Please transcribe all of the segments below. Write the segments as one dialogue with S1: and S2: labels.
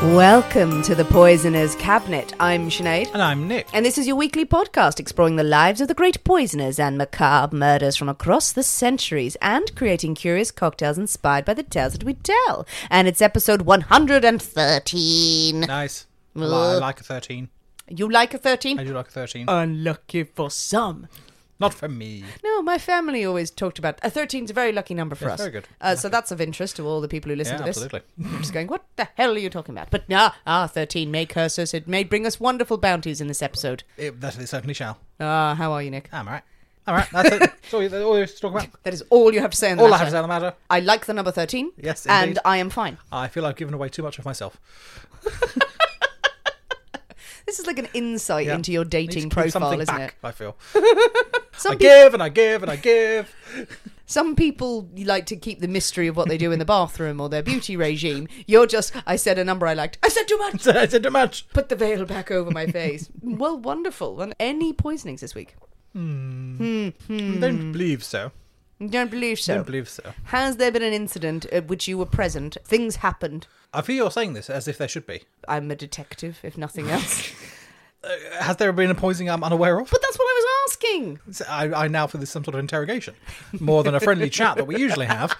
S1: Welcome to the Poisoner's Cabinet. I'm Sinead.
S2: And I'm Nick.
S1: And this is your weekly podcast exploring the lives of the great poisoners and macabre murders from across the centuries and creating curious cocktails inspired by the tales that we tell. And it's episode 113.
S2: Nice. I li- I like a 13.
S1: You like a 13?
S2: I do like a
S1: Uh,
S2: 13.
S1: Unlucky for some.
S2: Not for me.
S1: No, my family always talked about a 13 is a very lucky number for
S2: Yeah,
S1: us.
S2: very good.
S1: Uh, so that's of interest to all the people who listen
S2: Yeah,
S1: to this.
S2: absolutely.
S1: I'm just going, what the hell are you talking about? But nah, ah, 13 may curse us. It may bring us wonderful bounties in this episode.
S2: It, that it certainly shall.
S1: Ah, how are you, Nick?
S2: I'm alright. I'm alright. That's it. That's all, you- that's all there is to talk about.
S1: That is all you have to say on the
S2: All I
S1: matter.
S2: have to say on the matter.
S1: I like the number 13.
S2: Yes,
S1: And
S2: indeed.
S1: I am fine.
S2: I feel I've given away too much of myself.
S1: This is like an insight
S2: Yeah.
S1: into your
S2: Need to
S1: dating
S2: keep
S1: profile,
S2: something
S1: isn't
S2: back,
S1: it?
S2: I feel. I
S1: Some, peop
S2: give and I give and I give.
S1: some people like to keep the mystery of what they do in the bathroom or their beauty regime. You're just, I said a number I liked. I said too much.
S2: I said too much.
S1: Put the veil back over my face. well, wonderful. And any poisonings this week?
S2: Don't believe so.
S1: Hmm. Don't believe so.
S2: Don't believe so.
S1: Has there been an incident at which you were present? Things happened.
S2: I feel you're saying this as if there should be.
S1: I'm a detective, if nothing else.
S2: Has there been a poisoning I'm unaware of?
S1: but that's what I was asking.
S2: I, I now feel this some sort of interrogation, more than a friendly chat that we usually have.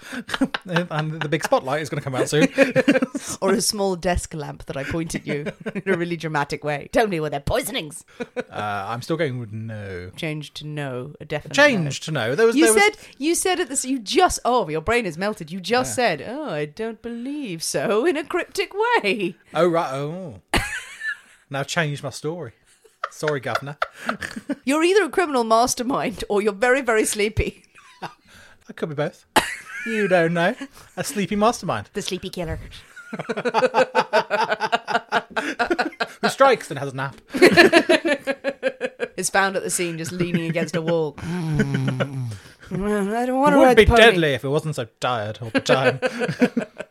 S2: and the big spotlight is going to come out soon. Uh,
S1: or a small desk lamp that I pointed you in a really dramatic way. Tell me were there poisonings?
S2: Uh, I'm still going with no.
S1: Changed to no, a definite no.
S2: Changed to no. There was
S1: Oh, You
S2: there was-
S1: said you said at this. You just oh, your brain is melted. You just said oh, I don't believe so in a cryptic way.
S2: Oh right. Oh. now I've changed my story. Sorry, Governor.
S1: You're either a criminal mastermind or you're very very sleepy.
S2: I could be both. You don't know. A sleepy mastermind
S1: The sleepy killer.
S2: who strikes and has a nap.
S1: is found at the scene just leaning against a wall. Mm, I don't want
S2: It
S1: to
S2: would
S1: ride
S2: be
S1: the pony.
S2: deadly if it wasn't so tired all the time.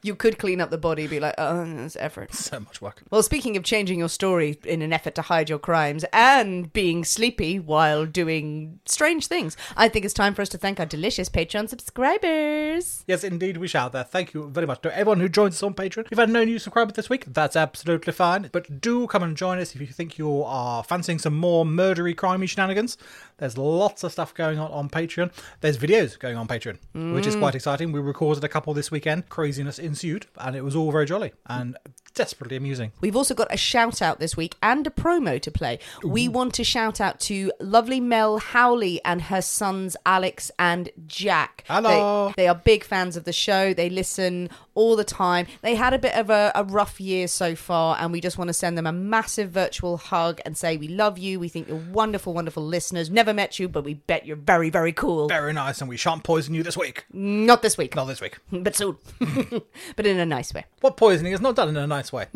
S1: You could clean up the body, be like, oh, that's effort.
S2: so much work.
S1: Well, speaking of changing your story in an effort to hide your crimes and being sleepy while doing strange things, I think it's time for us to thank our delicious Patreon subscribers.
S2: Yes, indeed, we shall. There. Thank you very much to everyone who joins us on Patreon. If you've had no new subscriber this week, that's absolutely fine. But do come and join us if you think you are fancying some more murdery, crimey shenanigans. There's lots of stuff going on on Patreon. There's videos going on Patreon, which is quite exciting. We recorded a couple this weekend. Craziness ensued, and it was all very jolly and desperately amusing.
S1: We've also got a shout out this week and a promo to play. We want to shout out to lovely Mel Howley and her sons Alex and Jack.
S2: Hello.
S1: They, they are big fans of the show. They listen all the time. They had a bit of a, a rough year so far, and we just want to send them a massive virtual hug and say we love you. We think you're wonderful, wonderful listeners. Never met you, but we bet you're very, very cool.
S2: Very nice, and we shan't poison you this week.
S1: Not this week,
S2: Not this week.
S1: but soon. but in a nice way.
S2: What poisoning is not done in a nice way.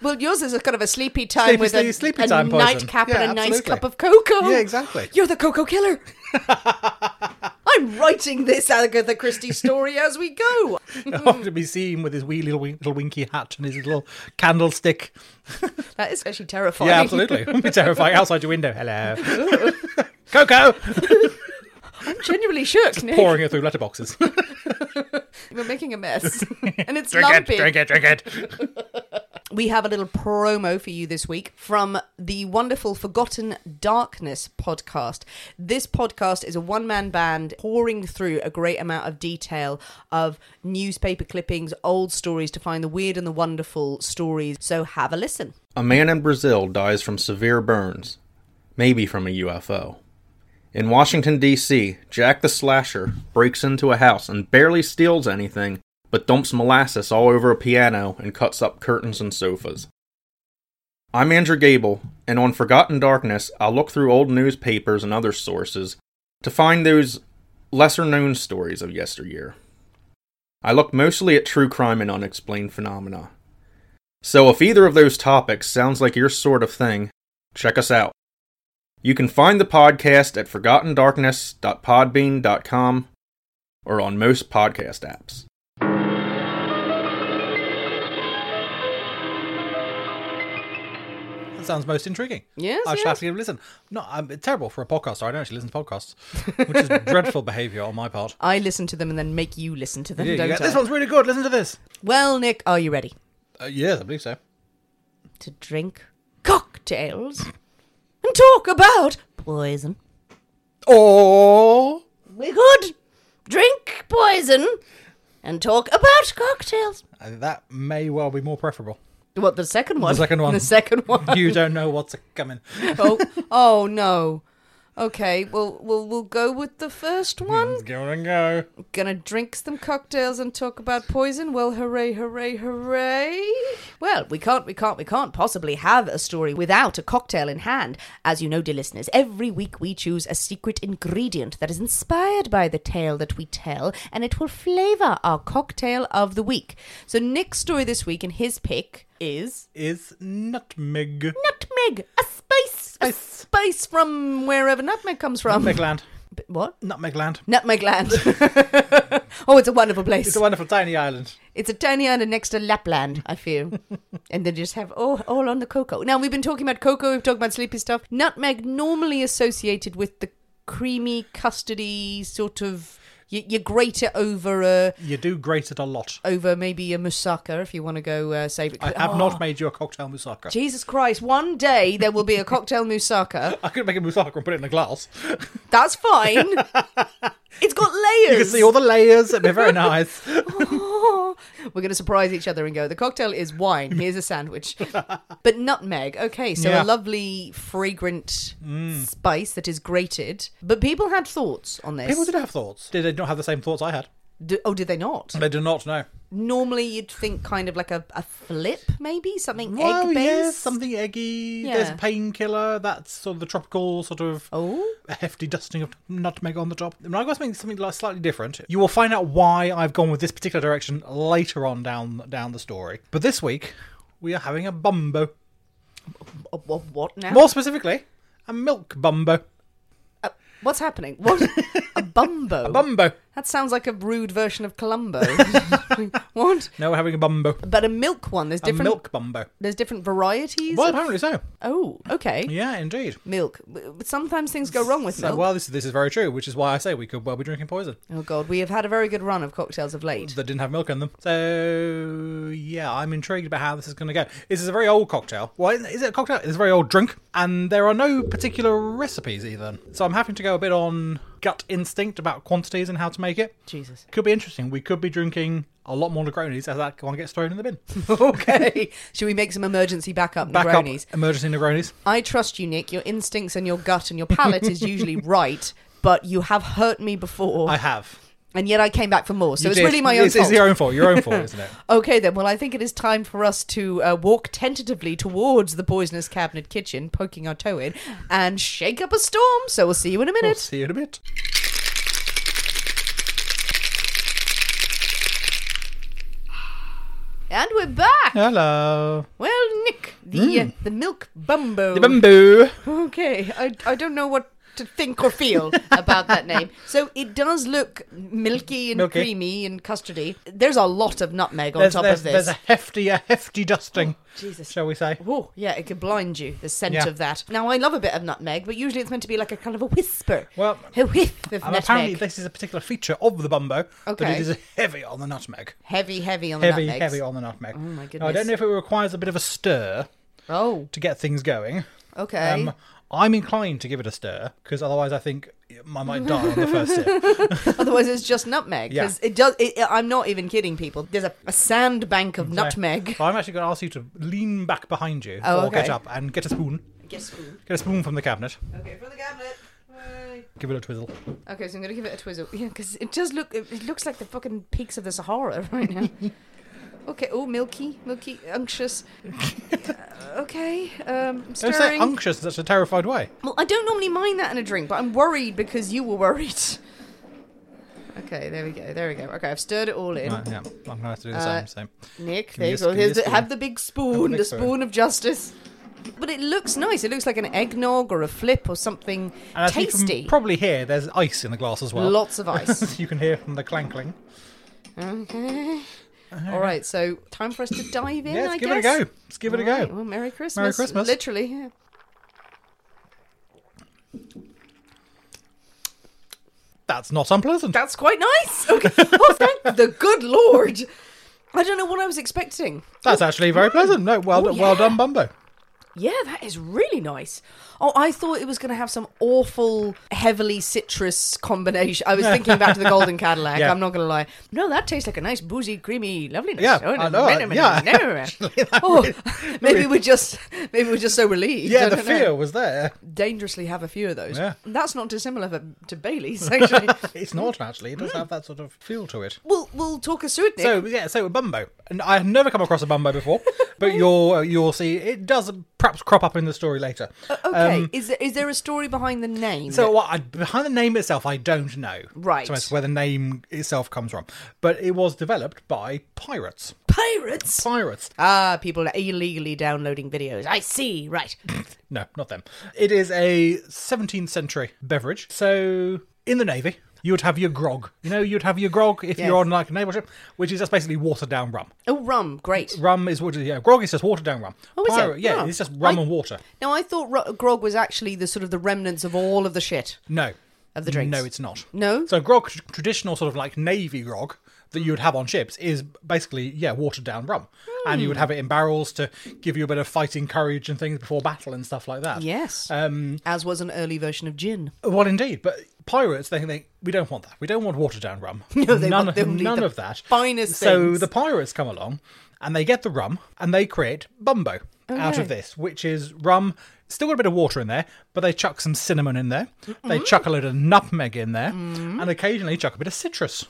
S1: Well, yours is a kind of a sleepy time
S2: Sleepy,
S1: with
S2: sleepy,
S1: a,
S2: sleepy
S1: a
S2: time poison.
S1: nightcap
S2: Yeah,
S1: and a nice
S2: absolutely.
S1: cup of cocoa.
S2: Yeah, exactly.
S1: You're the cocoa killer. I'm writing this Agatha Christie story as we go.
S2: Often to be seen with his wee little, win- little winky hat and his little candlestick.
S1: That is actually terrifying.
S2: Yeah, absolutely. It'd be terrifying outside your window. Hello. Coco!
S1: I'm genuinely shook, Nick.
S2: pouring it through letterboxes.
S1: We're making a mess. and it's
S2: drink it,
S1: lumpy.
S2: drink it, drink it.
S1: We have a little promo for you this week from the wonderful Forgotten Darkness podcast. This podcast is a one man band pouring through a great amount of detail of newspaper clippings, old stories to find the weird and the wonderful stories. So have a listen.
S3: A man in Brazil dies from severe burns, maybe from a UFO. In Washington, D.C., Jack the Slasher breaks into a house and barely steals anything, but dumps molasses all over a piano and cuts up curtains and sofas. I'm Andrew Gable, and on Forgotten Darkness, I'll look through old newspapers and other sources to find those lesser known stories of yesteryear. I look mostly at true crime and unexplained phenomena. So if either of those topics sounds like your sort of thing, check us out. You can find the podcast at forgottendarkness.podbean.com or on most podcast apps.
S2: That sounds most intriguing.
S1: Yes,
S2: I should
S1: yes.
S2: have to give it a listen. No, I'm it's terrible for a podcast. I don't actually listen to podcasts, which is dreadful behaviour on my part.
S1: I listen to them and then make you listen to them,
S2: You do, you
S1: don't
S2: go,
S1: I?
S2: this one's really good. Listen to this.
S1: Well, Nick, are you ready
S2: Uh, yes, I believe so.
S1: to drink cocktails and talk about poison?
S2: Or
S1: We could drink poison and talk about cocktails.
S2: I think that may well be more preferable.
S1: What the second one?
S2: The second one.
S1: The second one.
S2: You don't know what's coming.
S1: oh, oh no. Okay, well, we'll we'll go with the first one.
S2: Go and go.
S1: Gonna drink some cocktails and talk about poison. Well, hooray, hooray, hooray! Well, we can't, we can't, we can't possibly have a story without a cocktail in hand. As you know, dear listeners, every week we choose a secret ingredient that is inspired by the tale that we tell, and it will flavour our cocktail of the week. So Nick's story this week and his pick is
S2: Is nutmeg.
S1: nutmeg, a spice, a spice from wherever nutmeg comes from.
S2: Nutmeg land.
S1: B- What?
S2: Nutmeg land.
S1: Nutmeg land. oh, it's a wonderful place.
S2: It's a wonderful tiny island.
S1: It's a tiny island next to Lapland, I feel. and they just have all, all on the cocoa. Now, we've been talking about cocoa, we've talked about sleepy stuff. Nutmeg normally associated with the creamy, custardy sort of. You, you grate it over a.
S2: You do grate it a lot.
S1: Over maybe a moussaka, if you want to go uh, save it.
S2: I have
S1: Oh,
S2: not made you a cocktail moussaka.
S1: Jesus Christ! One day there will be a cocktail moussaka.
S2: I could make a moussaka and put it in a glass.
S1: That's fine. it's got layers.
S2: You can see all the layers. It'd be very nice.
S1: Oh, we're going to surprise each other and go, the cocktail is wine. Here's a sandwich. but nutmeg. Okay, so
S2: Yeah. Mm.
S1: a lovely, fragrant spice that is grated. But people had thoughts on this.
S2: People did have thoughts. Did they not have the same thoughts I had?
S1: Do- oh, did they not?
S2: They do not know.
S1: Normally you'd think kind of like a, a flip, maybe? Something
S2: Well,
S1: egg based?
S2: Oh, yes, something eggy. There's
S1: Yeah.
S2: a painkiller. That's sort of the tropical sort of
S1: Oh.
S2: a hefty dusting of nutmeg on the top. When I got something something like slightly different, you will find out why I've gone with this particular direction later on down down the story. But this week we are having a bumbo.
S1: Oh, wha- what now?
S2: More specifically, a milk bumbo.
S1: What's happening? What? a bumbo.
S2: Bumbo.
S1: that sounds like a rude version of Columbo. what?
S2: No, we're having a bumbo.
S1: But a milk one. There's
S2: A
S1: different.
S2: milk bumbo.
S1: There's different varieties.
S2: Well,
S1: of-
S2: apparently so.
S1: Oh, okay.
S2: Yeah, indeed.
S1: milk. But Sometimes things go wrong with
S2: So,
S1: milk.
S2: well, this this is very true, which is why I say we could well be drinking poison
S1: oh god, we have had a very good run of cocktails of late.
S2: that didn't have milk in them. So yeah, I'm intrigued about how this is going to go. This is a very old cocktail. Well, is- is it a cocktail? It's a very old drink, and there are no particular recipes either. So I'm having to go a bit on gut instinct about quantities and how to make it.
S1: Jesus.
S2: Could be interesting. We could be drinking a lot more Negronis as that one gets thrown in the bin.
S1: okay. Should we make some emergency backup
S2: Back
S1: Negronis?
S2: up, emergency Negronis.
S1: I trust you, Nick. Your instincts and your gut and your palate is usually right, but you have hurt me before,
S2: I have.
S1: and yet I came back for more. So
S2: You
S1: it's
S2: did.
S1: really my own
S2: it's,
S1: fault.
S2: It's your own fault. Your own fault, isn't it?
S1: Okay then. Well, I think it is time for us to uh, walk tentatively towards the poisonous cabinet kitchen, poking our toe in, and shake up a storm. So we'll see you in a
S2: We'll
S1: minute.
S2: see you in a bit.
S1: And we're back.
S2: Hello.
S1: Well, Nick, the uh, the milk bumbo.
S2: Hmm. The bamboo.
S1: Okay, I, I don't know what to think or feel about that name. So it does look milky and
S2: Milky.
S1: creamy and custardy. There's a lot of nutmeg on
S2: There's,
S1: top
S2: there's,
S1: of this.
S2: there's a hefty, a hefty dusting.
S1: Jesus.
S2: shall we say?
S1: Oh, yeah, it could blind you, the scent
S2: Yeah.
S1: of that. Now, I love a bit of nutmeg, but usually it's meant to be like a kind of a whisper.
S2: Well,
S1: a whiff of
S2: And
S1: nutmeg.
S2: apparently, this is a particular feature of the bumbo that
S1: Okay.
S2: it is heavy on the nutmeg.
S1: heavy, heavy on the
S2: Heavy,
S1: nutmeg.
S2: heavy on the nutmeg. Oh
S1: my
S2: I
S1: goodness.
S2: don't know if it requires a bit of a stir
S1: Oh,
S2: to get things going.
S1: okay.
S2: Um, I'm inclined to give it a stir because otherwise, I think I might die on the first sip.
S1: Otherwise, it's just nutmeg.
S2: Yeah.
S1: Because it does. It, I'm not even kidding people. There's a, a sandbank of nutmeg.
S2: So I'm actually going to ask you to lean back behind you
S1: Oh,
S2: or get
S1: okay.
S2: up and get a spoon.
S1: Guess who?
S2: Get a spoon from the cabinet.
S1: Okay, from the cabinet. Yay.
S2: Give it a twizzle.
S1: Okay, so I'm gonna give it a twizzle. Yeah, because it does look. It, it looks like the fucking peaks of the Sahara right now. okay. Oh, milky, milky, unctuous. Uh, okay. Um, I'm
S2: Don't say
S1: stirring.
S2: unctuous in such a terrified way.
S1: well, I don't normally mind that in a drink, but I'm worried because you were worried. Okay, there we go. There we go. Okay, I've stirred it all in.
S2: Right, yeah, I'm going to have to do the
S1: Uh,
S2: same. So.
S1: Nick,
S2: me
S1: there you
S2: a
S1: go.
S2: spoon,
S1: Here's
S2: yes,
S1: the,
S2: dear.
S1: have the big spoon,
S2: big
S1: the
S2: spoon.
S1: spoon of justice. But it looks nice. It looks like an eggnog or a flip or something
S2: And as you
S1: tasty.
S2: can probably hear, there's ice in the glass as well.
S1: Lots of ice.
S2: you can hear from the clankling.
S1: okay. All right, so time for us to dive in.
S2: Yeah, let's
S1: I
S2: Mm-hmm. give
S1: guess.
S2: it a go. Let's give it a
S1: All right,
S2: go.
S1: well, Merry Christmas.
S2: Christmas.
S1: Literally. Yeah.
S2: That's not unpleasant.
S1: That's quite nice. Okay. oh, thank the good Lord. I don't know what I was expecting.
S2: That's actually very pleasant. No, well,
S1: Oh,
S2: done well done, Bumbo.
S1: Yeah, that is really nice. Oh, I thought it was going to have some awful, heavily citrus combination. I was thinking back to the Golden Cadillac.
S2: Yeah.
S1: I'm not going to lie. No, that tastes like a nice, boozy, creamy loveliness.
S2: Yeah,
S1: Oh, no,
S2: I know,
S1: no, no,
S2: yeah.
S1: no, no, no. Oh, maybe we're just maybe we're just so relieved.
S2: Yeah,
S1: I
S2: the
S1: don't know.
S2: fear was there.
S1: Dangerously have a few of those.
S2: Yeah.
S1: That's not dissimilar for, to Bailey's actually.
S2: It's not actually. It does have that sort of feel to it.
S1: we'll we'll talk us through Mm. it, Nick.
S2: So yeah, so Bumbo, and I have never come across a Bumbo before, but you'll uh, you'll see it does perhaps crop up in the story later.
S1: Uh, okay,
S2: Um,
S1: is there is there a story behind the name?
S2: so what I, behind the name itself, I don't know.
S1: Right.
S2: So that's where the name itself comes from, but it was developed by pirates.
S1: pirates.
S2: Pirates.
S1: Ah, people illegally downloading videos. I see. Right.
S2: No, not them. It is a 17th century beverage. So in the navy. You would have your grog. You know, you'd have your grog if
S1: Yes.
S2: you're on like a naval ship, which is just basically watered down rum.
S1: Oh, rum, great.
S2: Rum is what yeah, grog is just watered down rum.
S1: Oh, is it?
S2: Pirate- Yeah,
S1: Oh.
S2: it's just rum
S1: I-
S2: and water.
S1: Now, I thought ro- grog was actually the sort of the remnants of all of the shit.
S2: No.
S1: Of the drinks?
S2: No, it's not.
S1: No?
S2: So grog, tr- traditional sort of like navy grog that you would have on ships is basically, yeah, watered down rum. And
S1: Hmm.
S2: you would have it in barrels to give you a bit of fighting courage and things before battle and stuff like that.
S1: Yes. Um, As was an early version of gin.
S2: Well, indeed. But pirates, they think we don't want that. We don't want watered down rum.
S1: No, they
S2: none,
S1: want- they'll need
S2: none
S1: the
S2: of that.
S1: finest
S2: So
S1: things.
S2: the pirates come along and they get the rum and they create bumbo out of this, which is rum. Still got a bit of water in there, but they chuck some cinnamon in there. They
S1: Mm.
S2: chuck a load of nutmeg in there, and occasionally chuck a bit of citrus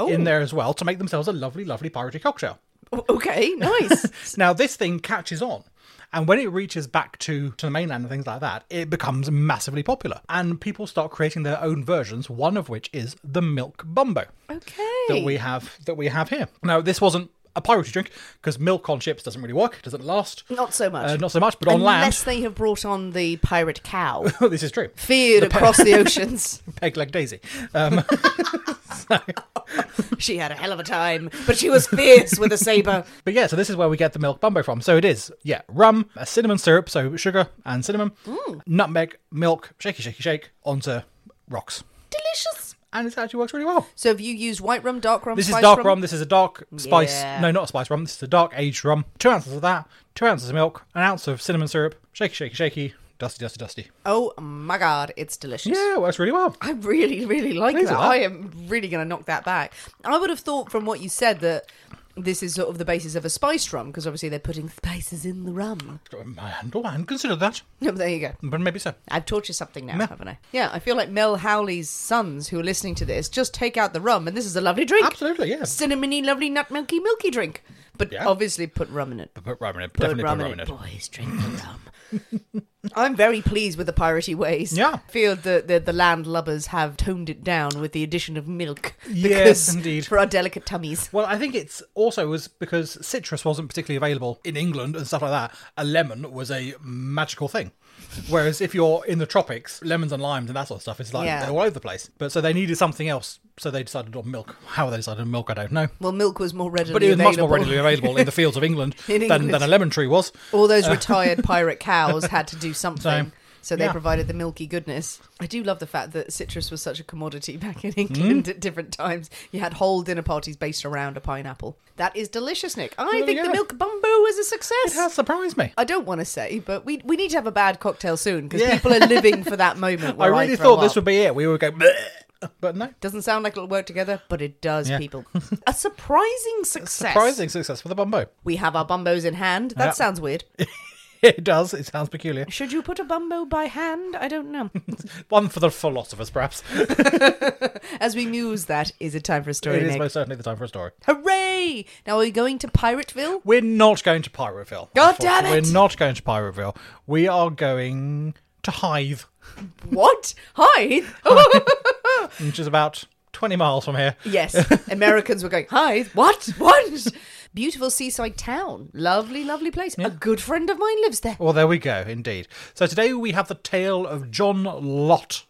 S1: Oh.
S2: in there as well to make themselves a lovely, lovely piratey cocktail.
S1: O- Okay, nice.
S2: Now this thing catches on. And when it reaches back to, to the mainland and things like that, it becomes massively popular. And people start creating their own versions, one of which is the milk bumbo
S1: Oh,
S2: that
S1: okay.
S2: we have that we have here. Now this wasn't a piracy drink, because milk on ships doesn't really work, doesn't last.
S1: Not so much.
S2: Uh, not so much, but on land
S1: Unless they have brought on the pirate cow,
S2: this is true.
S1: feared across the oceans.
S2: Peg leg daisy. Um,
S1: She had a hell of a time, but she was fierce with a saber.
S2: But yeah, so this is where we get the milk bumbo from. So it is, yeah, rum, a cinnamon syrup, so sugar and cinnamon,
S1: Mm.
S2: nutmeg, milk, shaky, shaky, shake onto rocks.
S1: Delicious.
S2: And it actually works really well.
S1: So have you used white rum, dark rum,
S2: This is
S1: spice
S2: dark rum. This is a dark spice.
S1: Yeah.
S2: No, not a spice rum. This is a dark aged rum. Two ounces of that. Two ounces of milk. An ounce of cinnamon syrup. Shaky, shaky, shaky. Dusty, dusty, dusty.
S1: Oh my god, it's delicious.
S2: Yeah, it works really well.
S1: I really, really like
S2: These
S1: that.
S2: are-
S1: I am really going to knock that back. I would have thought from what you said that this is sort of the basis of a spice rum because obviously they're putting spices in the rum.
S2: I hadn't, I hadn't considered that,
S1: No, there you go.
S2: but maybe so.
S1: I've taught you something now,
S2: Yeah.
S1: haven't I? Yeah, I feel like Mel Howley's sons who are listening to this just take out the rum, and this is a lovely drink.
S2: Absolutely, yeah.
S1: Cinnamony, lovely nut milky milky drink. But
S2: Yeah.
S1: obviously, put rum in it.
S2: Put rum in it.
S1: Put
S2: Definitely
S1: rum
S2: put
S1: in it. Boys, drink the rum. I'm very pleased with the piratey ways.
S2: Yeah.
S1: Feel that the, the landlubbers have toned it down with the addition of milk.
S2: Yes,
S1: because-
S2: indeed.
S1: For our delicate tummies.
S2: Well, I think it's also was because citrus wasn't particularly available in England and stuff like that. A lemon was a magical thing. Whereas if you're in the tropics, lemons and limes and that sort of stuff is like
S1: Yeah.
S2: they're all over the place. But so they needed something else, so they decided on milk. How they decided on milk, I don't know.
S1: Well, milk was more readily
S2: But it was much
S1: available.
S2: more readily available in the fields of England,
S1: In
S2: than,
S1: England.
S2: than a lemon tree was.
S1: All those
S2: Uh.
S1: retired pirate cows had to do something.
S2: So,
S1: So, they
S2: yeah.
S1: provided the milky goodness. I do love the fact that citrus was such a commodity back
S2: Hmm.
S1: in England at different times. You had whole dinner parties based around a pineapple. That is delicious, Nick. I
S2: there
S1: think
S2: you
S1: the
S2: go.
S1: milk bumbo is a success.
S2: That surprised me.
S1: I don't want to say, but we we need to have a bad cocktail soon because
S2: Yeah.
S1: people are living for that moment.
S2: I
S1: Where I
S2: really
S1: throw
S2: thought this
S1: up.
S2: would be it. We would go, "Bleh," but no.
S1: Doesn't sound like it'll work together, but it does,
S2: Yeah.
S1: people. A surprising success.
S2: Surprising success for the bumbo.
S1: We have our bumbos in hand. That
S2: Yeah.
S1: sounds weird.
S2: It does. It sounds peculiar.
S1: Should you put a bumbo by hand? I don't know.
S2: One for the philosophers, perhaps.
S1: As we muse, that is a time for a story,
S2: it is
S1: Nick.
S2: most certainly the time for a story.
S1: Hooray! Now, are we going to Pirateville?
S2: We're not going to Pyroville.
S1: God damn
S2: unfortunately.
S1: it!
S2: We're not going to Pyroville. We are going to Hythe,
S1: What? Hi!
S2: which is about 20 miles from here.
S1: yes, Americans were going, hi, what? What? Beautiful seaside town. Lovely, lovely place. A good friend of mine lives there.
S2: Well, there we go, indeed. So today we have the tale of John Lott,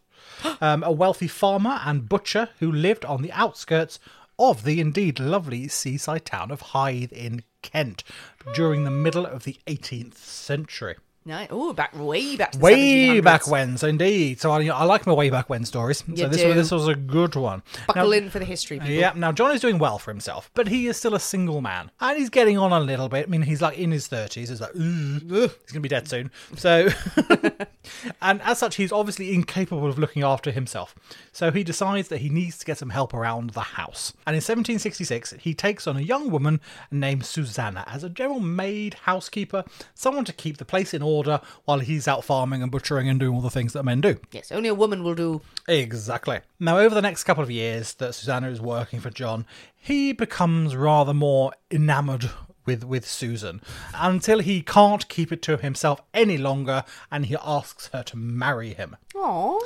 S2: um, a wealthy farmer and butcher who lived on the outskirts of the indeed lovely seaside town of Hythe in Kent during the middle of the 18th century.
S1: No, oh, back way back to the
S2: Way
S1: 1700s.
S2: back when, so indeed. So I, I like my way back when stories. so this
S1: do.
S2: this was a good one.
S1: Buckle
S2: Now-
S1: in for the history, people.
S2: Yeah, now John is doing well for himself, but he is still a single man. And he's getting on a little bit. I mean, he's like in his 30s. He's like, "Ugh, ugh, he's going to be dead soon. So, and as such, he's obviously incapable of looking after himself. So he decides that he needs to get some help around the house. And in 1766, he takes on a young woman named Susanna as a general maid, housekeeper, someone to keep the place in order while he's out farming and butchering and doing all the things that men do.
S1: Yes, only a woman will do.
S2: Exactly. Now, over the next couple of years that Susanna is working for John, he becomes rather more enamoured with, with Susan until he can't keep it to himself any longer and he asks her to marry him.
S1: Aww.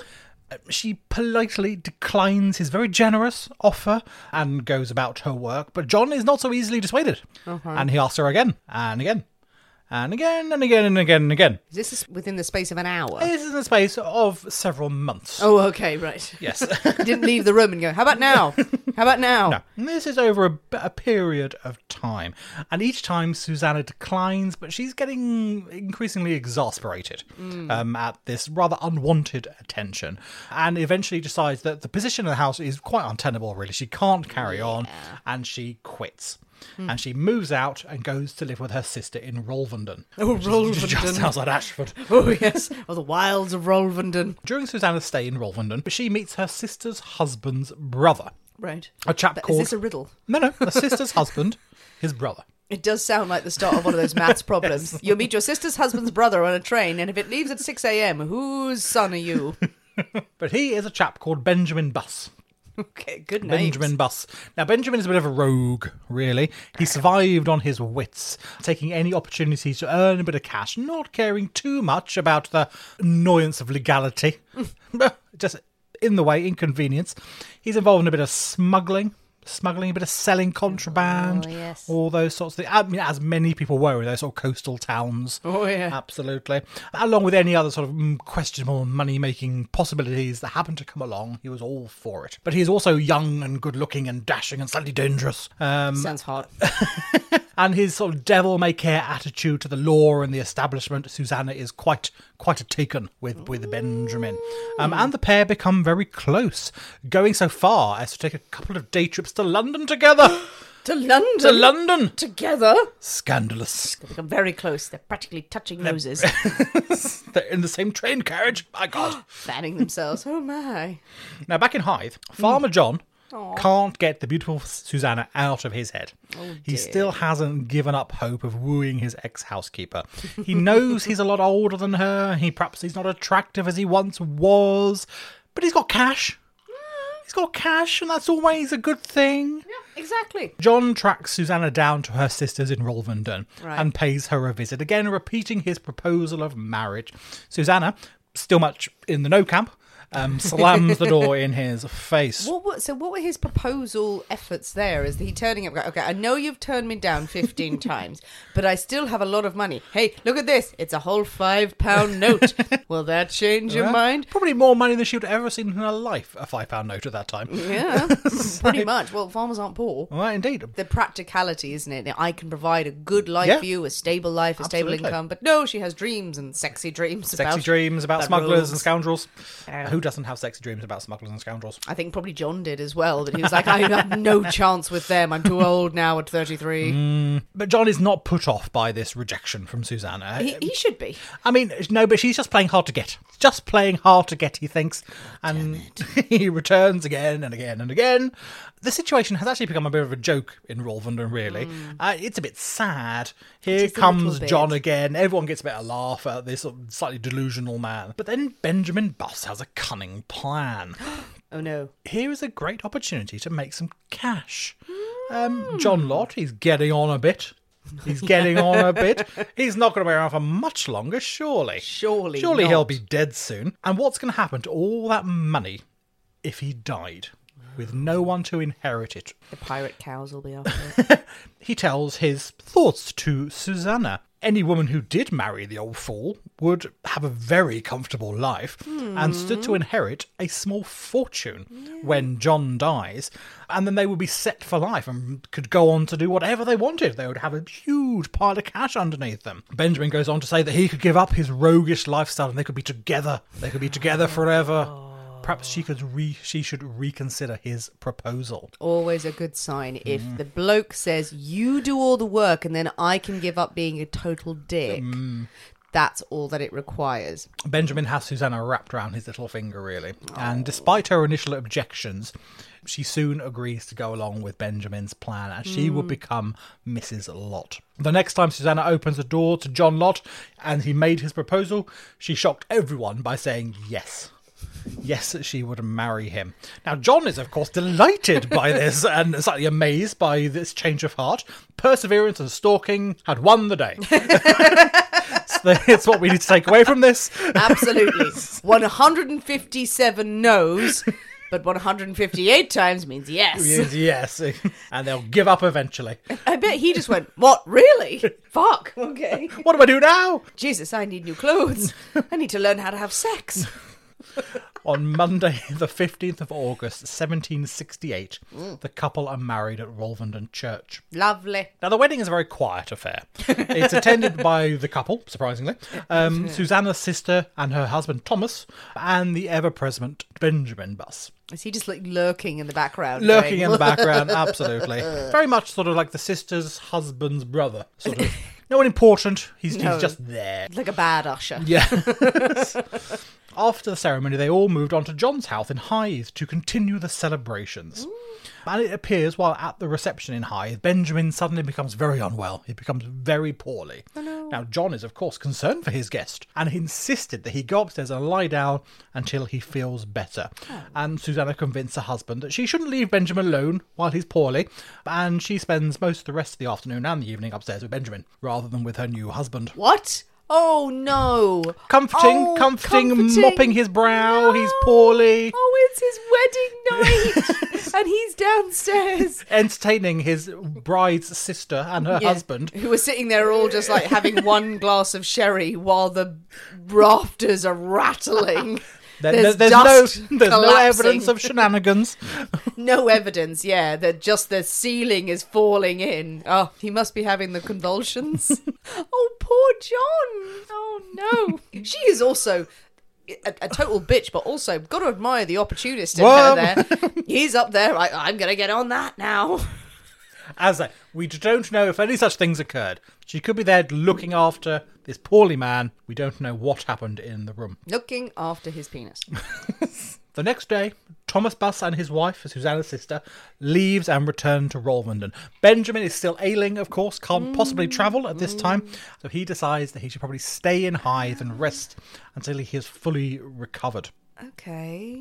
S2: She politely declines his very generous offer and goes about her work, but John is not so easily dissuaded. And he asks her again and again and again and again and again and again.
S1: Is this within the space of an hour?
S2: This is in the space of several months.
S1: oh, okay, right.
S2: Yes.
S1: Didn't leave the room and go, how about now? How about now?
S2: No, and this is over a, a period of time, and each time Susanna declines, but she's getting increasingly exasperated
S1: Mm.
S2: um, at this rather unwanted attention, and eventually decides that the position of the house is quite untenable. Really, she can't carry on, and she quits.
S1: Hmm.
S2: And she moves out and goes to live with her sister in Rolvenden.
S1: Oh,
S2: Which just
S1: Rolvenden.
S2: sounds like Ashford.
S1: Oh, yes. Oh, the wilds of Rolvenden.
S2: During Susanna's stay in Rolvenden, she meets her sister's husband's brother,
S1: Right.
S2: a chap
S1: But
S2: called.
S1: Is this a riddle?
S2: No, no, her sister's husband, his brother.
S1: It does sound like the start of one of those maths problems. You'll meet your sister's husband's brother on a train, and if it leaves at 6 a.m., whose son are you?
S2: But he is a chap called Benjamin Buss.
S1: Okay, good night.
S2: Benjamin Buss. Now, Benjamin is a bit of a rogue, really. He survived on his wits, taking any opportunity to earn a bit of cash, not caring too much about the annoyance of legality. Just in the way, inconvenience. He's involved in a bit of smuggling. Smuggling, a bit of selling
S1: Oh,
S2: contraband, all those sorts of things. I mean, as many people were in those sort of coastal towns. Uh,
S1: Oh, yeah.
S2: Absolutely. Along with any other sort of mm, questionable money making possibilities that happened to come along, he was all for it. But he is also young and good looking and dashing and slightly dangerous. Um,
S1: Sounds hot.
S2: and his sort of devil may care attitude to the law and the establishment, Susanna is quite quite a taken with with Benjamin. Um, and the pair become very close, going so far as to take a couple of day trips to London together.
S1: to London.
S2: to London!
S1: Together.
S2: Scandalous.
S1: I'm very close. They're practically touching noses,
S2: They're in the same train carriage. My God.
S1: fanning themselves. Oh, my.
S2: Now, back in Hythe, Farmer John can't get the beautiful Susanna out of his head. he still hasn't given up hope of wooing his ex housekeeper. He knows he's a lot older than her. He perhaps he's not attractive as he once was, but he's got cash. He's He's got cash, and that's always a good thing.
S1: Exactly.
S2: John tracks Susanna down to her sisters in Rolvenden
S1: Right.
S2: and pays her a visit, again repeating his proposal of marriage. Susanna, still much in the no camp, um, slams the door in his face.
S1: What, what, so, what were his proposal efforts there? Is he turning up? Okay, I know you've turned me down 15 times, but I still have a lot of money. Hey, look at this. It's a whole five pound note. Will that change your
S2: Yeah.
S1: mind?
S2: Probably more money than she would have ever seen in her life, a five pound note at that time.
S1: Yeah, pretty much. Well, farmers aren't poor.
S2: Well, indeed.
S1: The practicality, isn't it? That I can provide a good life
S2: Yeah.
S1: for you, a stable life, a stable
S2: Absolutely.
S1: income. But no, she has dreams and sexy dreams.
S2: Sexy
S1: about,
S2: dreams about smugglers and
S1: rogues.
S2: scoundrels. Who doesn't have sexy dreams about smugglers and scoundrels?
S1: I think probably John did as well. That he was like, I have no chance with them. I'm too old now at 33.
S2: But John is not put off by this rejection from Susanna.
S1: He, he should be.
S2: I mean, no, but she's just playing hard to get. Just playing hard to get, he thinks. And he returns again and again and again. The situation has actually become a bit of a joke in Rolvenden, really. Uh, it's a bit sad. Here
S1: Hmm. is a
S2: comes
S1: little bit.
S2: John again. Everyone gets a bit of laugh at this sort of slightly delusional man. But then Benjamin Buss has a cunning plan.
S1: Oh no.
S2: Here is a great opportunity to make some cash. Um, John Lott, he's getting on a bit. He's getting on a bit. He's not going to be around for much longer, surely.
S1: Surely
S2: Surely he'll
S1: not.
S2: be dead soon. And what's going to happen to all that money if he died with no one to inherit it?
S1: The pirate cows will be after. it.
S2: He tells his thoughts to Susanna. Any woman who did marry the old fool would have a very comfortable life and stood to inherit a small fortune when John dies. And then they would be set for life and could go on to do whatever they wanted. They would have a huge pile of cash underneath them. Benjamin goes on to say that he could give up his roguish lifestyle and they could be together. They could be together forever. Perhaps she could re- she should reconsider his proposal.
S1: Always a good sign if the bloke says you do all the work and then I can give up being a total dick. That's all that it requires.
S2: Benjamin has Susanna wrapped around his little finger, really. And despite her initial objections, she soon agrees to go along with Benjamin's plan and she will become Mrs. Lott. The next time Susanna opens the door to John Lott and he made his proposal, she shocked everyone by saying yes. Yes, she would marry him. Now, John is, of course, delighted by this and slightly amazed by this change of heart. Perseverance and stalking had won the day. It's what we need to take away from this.
S1: Absolutely. 157 no's, but 158 times means yes.
S2: Yes, yes. And they'll give up eventually.
S1: I bet he just went, What? Really? Fuck. Okay.
S2: What do I do now?
S1: Jesus, I need new clothes. I need to learn how to have sex.
S2: On Monday, the 15th of August, 1768, the couple are married at Rolvenden Church.
S1: Lovely.
S2: Now, the wedding is a very quiet affair. It's attended by the couple, surprisingly, um, Susanna's sister and her husband Thomas, and the ever present Benjamin Buss.
S1: Is he just like lurking in the background?
S2: Lurking
S1: going,
S2: in the background, absolutely. Very much sort of like the sister's husband's brother, sort of. No one important, he's,
S1: No.
S2: he's just there.
S1: Like a bad usher.
S2: After the ceremony, they all moved on to John's house in Hythe to continue the celebrations. And it appears while at the reception in Hythe, Benjamin suddenly becomes very unwell. He becomes very poorly. Now, John is, of course, concerned for his guest and he insisted that he go upstairs and lie down until he feels better. And Susanna convinced her husband that she shouldn't leave Benjamin alone while he's poorly, and she spends most of the rest of the afternoon and the evening upstairs with Benjamin rather than with her new husband
S1: What? Oh no!
S2: comforting,
S1: Oh,
S2: comforting, mopping his brow. He's
S1: No.
S2: poorly.
S1: Oh, it's his wedding night, and he's downstairs.
S2: Entertaining his bride's sister and her husband.
S1: who were sitting there all just like having one glass of sherry while the rafters are rattling.
S2: There- there- there's
S1: dust
S2: no, there's no
S1: collapsing.
S2: evidence of shenanigans.
S1: no evidence. Yeah, that just the ceiling is falling in. Oh, he must be having the convulsions. oh, poor John. Oh no. she is also. A, a total bitch, but also got to admire the opportunist in her.
S2: Whoa.
S1: There, he's up there. I, I'm gonna get on that now.
S2: As I, we don't know if any such things occurred. She could be there looking after this poorly man. We don't know what happened in the room.
S1: Looking after his penis.
S2: The next day, Thomas Buss and his wife, Susanna's sister, leaves and return to Rolvenden. Benjamin is still ailing, of course, can't possibly travel at this time, so he decides that he should probably stay in Hythe and rest until he is fully recovered.
S1: Okay.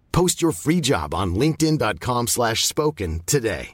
S4: Post your free job on linkedin.com/spoken slash spoken today.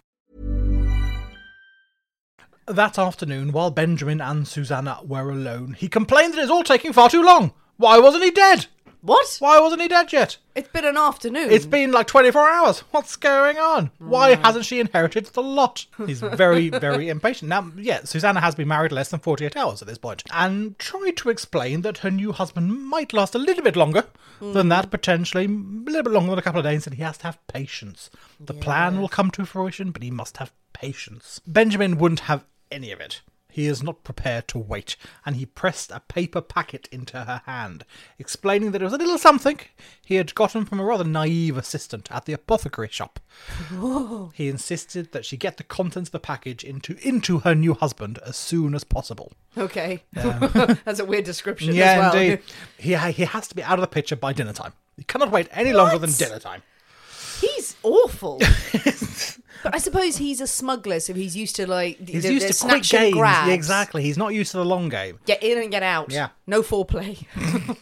S2: That afternoon, while Benjamin and Susanna were alone, he complained that it's all taking far too long. Why wasn't he dead?
S1: What?
S2: Why wasn't he dead yet?
S1: It's been an afternoon.
S2: It's been like 24 hours. What's going on? Why hasn't she inherited the lot? He's very, very impatient. Now, yeah, Susanna has been married less than 48 hours at this point and tried to explain that her new husband might last a little bit longer than that, potentially a little bit longer than a couple of days, and he has to have patience. The plan will come to fruition, but he must have patience. Benjamin wouldn't have any of it. He is not prepared to wait, and he pressed a paper packet into her hand, explaining that it was a little something he had gotten from a rather naive assistant at the apothecary shop. He insisted that she get the contents of the package into into her new husband as soon as possible.
S1: okay. That's a weird description
S2: yeah,
S1: as well.
S2: indeed. He ha- he has to be out of the picture by dinner time. He cannot wait any longer than dinner time.
S1: He's awful. but I suppose he's a smuggler, so he's used to like the,
S2: He's
S1: the,
S2: used
S1: the
S2: to quick
S1: snatch and
S2: games.
S1: grabs.
S2: Yeah, exactly. He's not used to the long game.
S1: Get in and get out.
S2: Yeah.
S1: No foreplay.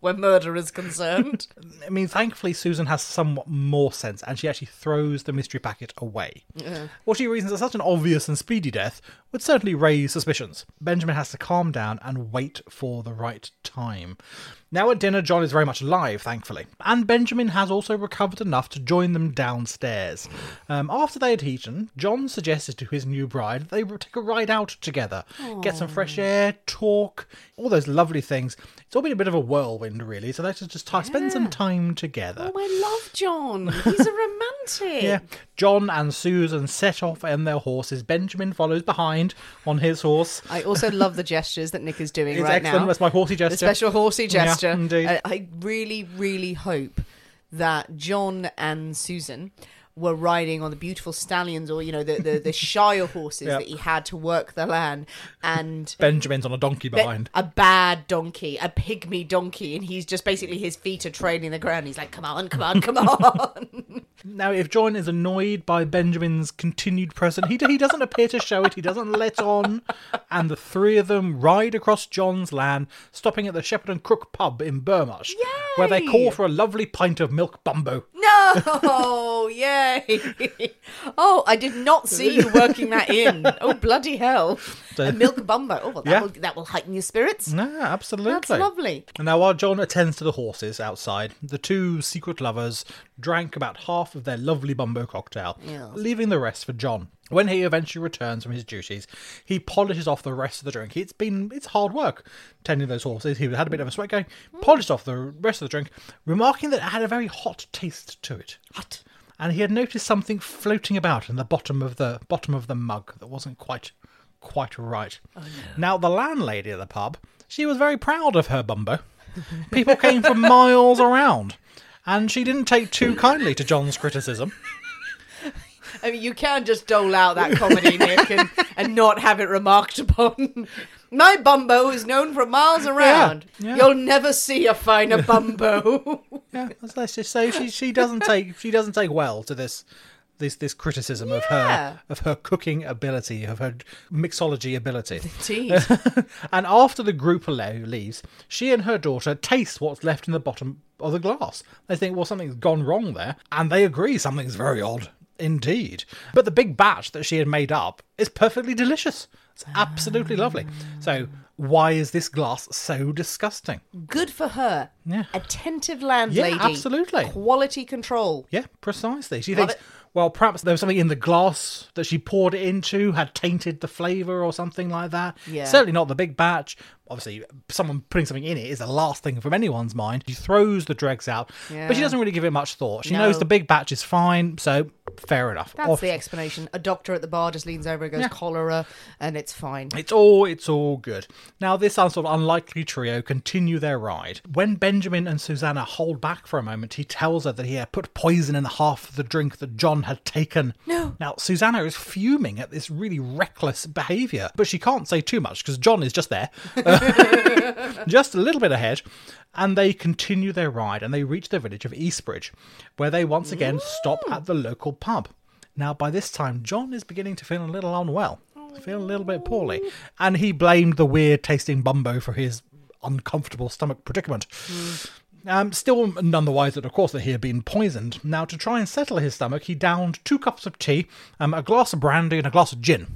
S1: Where murder is concerned.
S2: I mean, thankfully, Susan has somewhat more sense, and she actually throws the mystery packet away. What she reasons that such an obvious and speedy death would certainly raise suspicions. Benjamin has to calm down and wait for the right time. Now at dinner, John is very much alive, thankfully, and Benjamin has also recovered enough to join them downstairs. Um, after they had eaten, John suggested to his new bride that they would take a ride out together, get some fresh air, talk, all those lovely things. It's all been a bit of a whirlwind, really, so let's just ti- spend some time together.
S1: Oh, I love John. He's a romantic.
S2: Yeah. John and Susan set off on their horses. Benjamin follows behind on his horse.
S1: I also love the gestures that Nick is doing
S2: It's
S1: right
S2: excellent.
S1: now.
S2: That's my horsey
S1: The
S2: gesture.
S1: special horsey
S2: Yeah,
S1: gesture.
S2: indeed.
S1: I, I really, really hope that John and Susan were riding on the beautiful stallions or, you know, the, the, the shire horses
S2: Yeah.
S1: that he had to work the land and
S2: Benjamin's on a donkey
S1: bit-
S2: behind.
S1: a bad donkey, a pygmy donkey, and he's just basically his feet are trailing the ground. He's like, come on, come on, come on.
S2: Now, if John is annoyed by Benjamin's continued presence, he, he doesn't appear to show it. He doesn't let on. And the three of them ride across John's land, stopping at the Shepherd and Crook pub in Burmash, where they call for a lovely pint of milk bumbo.
S1: no, yay. oh, I did not see you working that in. Oh, bloody hell. A milk bumbo. Oh, well, that,
S2: Yeah.
S1: will, that will heighten your spirits.
S2: No, absolutely.
S1: That's lovely.
S2: Now, while John attends to the horses outside, the two secret lovers drank about half of their lovely bumbo cocktail, leaving the rest for John. When he eventually returns from his duties, he polishes off the rest of the drink. It's been it's hard work tending those horses. He had a bit of a sweat going, polished off the rest of the drink, remarking that it had a very hot taste to it. Hot. And he had noticed something floating about in the bottom of the bottom of the mug that wasn't quite quite right. Now, the landlady of the pub, she was very proud of her bumbo. People came from miles around, and she didn't take too kindly to John's criticism.
S1: I mean, you can just dole out that comedy, Nick, and, and not have it remarked upon. My bumbo is known for miles around.
S2: yeah.
S1: You'll never see a finer bumbo.
S2: Yeah, let's- let's just say she, she doesn't take she doesn't take well to this this this criticism of
S1: Yeah.
S2: her of her cooking ability of her mixology ability.
S1: Indeed.
S2: and after the group le- leaves, she and her daughter taste what's left in the bottom of the glass. They think, well, something's gone wrong there, and they agree something's very odd indeed. But the big batch that she had made up is perfectly delicious. It's absolutely lovely. So, why is this glass so disgusting?
S1: Good for her.
S2: Yeah.
S1: Attentive landlady.
S2: Yeah, absolutely.
S1: Quality control.
S2: Yeah, precisely. She
S1: Love
S2: thinks,
S1: it.
S2: well, perhaps there was something in the glass that she poured it into had tainted the flavour or something like that.
S1: Yeah.
S2: Certainly not the big batch. Obviously, someone putting something in it is the last thing from anyone's mind. She throws the dregs out, but she
S1: Yeah.
S2: doesn't really give it much thought. She
S1: No.
S2: knows the big batch is fine, so fair enough.
S1: That's
S2: Off-
S1: the explanation. A doctor at the bar just leans over and goes, cholera, and it's fine.
S2: It's all it's all good. Now this sort of unlikely trio continue their ride. When Benjamin and Susanna hold back for a moment, he tells her that he had put poison in half of the drink that John had taken. No. Now Susanna is fuming at this really reckless behaviour, but she can't say too much because John is just there, just a little bit ahead, and they continue their ride and they reach the village of Eastbridge, where they once again stop at the local pub. Now, by this time, John is beginning to feel a little unwell, feel a little bit poorly, and he blamed the weird tasting bumbo for his uncomfortable stomach predicament. Um, still none the wiser, of course, that he had been poisoned. Now, to try and settle his stomach, he downed two cups of tea, um, a glass of brandy, and a glass of gin.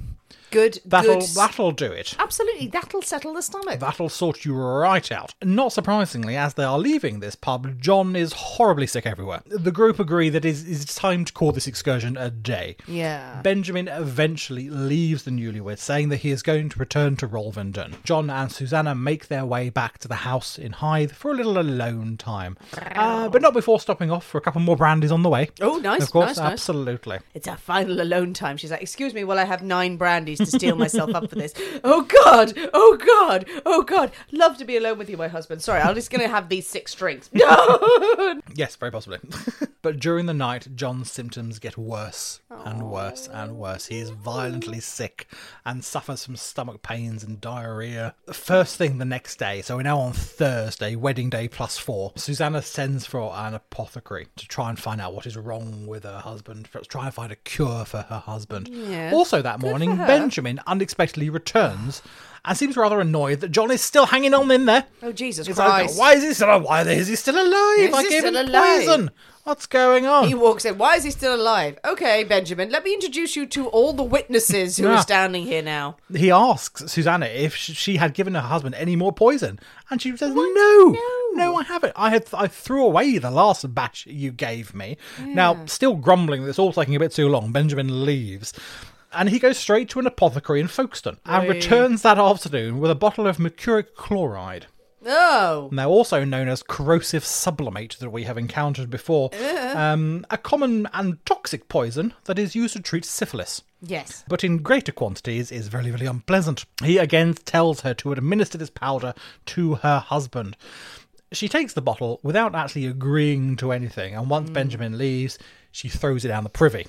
S1: Good,
S2: That'll
S1: good.
S2: that'll do it.
S1: Absolutely. That'll settle the stomach.
S2: That'll sort you right out. Not surprisingly, as they are leaving this pub, John is horribly sick everywhere. The group agree that it is time to call this excursion a day.
S1: yeah.
S2: Benjamin eventually leaves the newlyweds, saying that he is going to return to Rolvenden. John and Susanna make their way back to the house in Hythe for a little alone time, uh, but not before stopping off for a couple more brandies on the way.
S1: Oh, nice,
S2: Of course,
S1: nice, nice.
S2: absolutely.
S1: It's our final alone time. She's like, Excuse me, while I have nine brandies to steel myself up for this. Oh, God. Oh, God. Oh, God. Love to be alone with you, my husband. Sorry, I'm just going to have these six drinks. No.
S2: Yes, very possibly. but during the night, John's symptoms get worse and worse and worse. He is violently sick and suffers from stomach pains and diarrhea. First thing the next day, so we're now on Thursday, wedding day plus four, Susanna sends for an apothecary to try and find out what is wrong with her husband, perhaps try and find a cure for her husband. Also, that morning, Benjamin unexpectedly returns. And seems rather annoyed that John is still hanging on in there.
S1: Oh, Jesus
S2: It's like,
S1: Christ.
S2: why is he still? Why is he still alive?
S1: Is
S2: I
S1: he
S2: gave him
S1: still alive?
S2: poison. What's going on?
S1: He walks in. Why is he still alive? Okay, Benjamin, let me introduce you to all the witnesses who
S2: Yeah.
S1: are standing here now.
S2: he asks Susanna if sh- she had given her husband any more poison, and she says, "No, no, I haven't. I had I threw away the last batch you gave me." Now, still grumbling that it's all taking a bit too long, Benjamin leaves. And he goes straight to an apothecary in Folkestone and returns that afternoon with a bottle of mercuric chloride.
S1: Oh.
S2: now also known as corrosive sublimate that we have encountered before, um, a common and toxic poison that is used to treat syphilis.
S1: Yes.
S2: But in greater quantities is very, very unpleasant. He again tells her to administer this powder to her husband. She takes the bottle without actually agreeing to anything, and
S1: Hmm.
S2: once Benjamin leaves, she throws it down the privy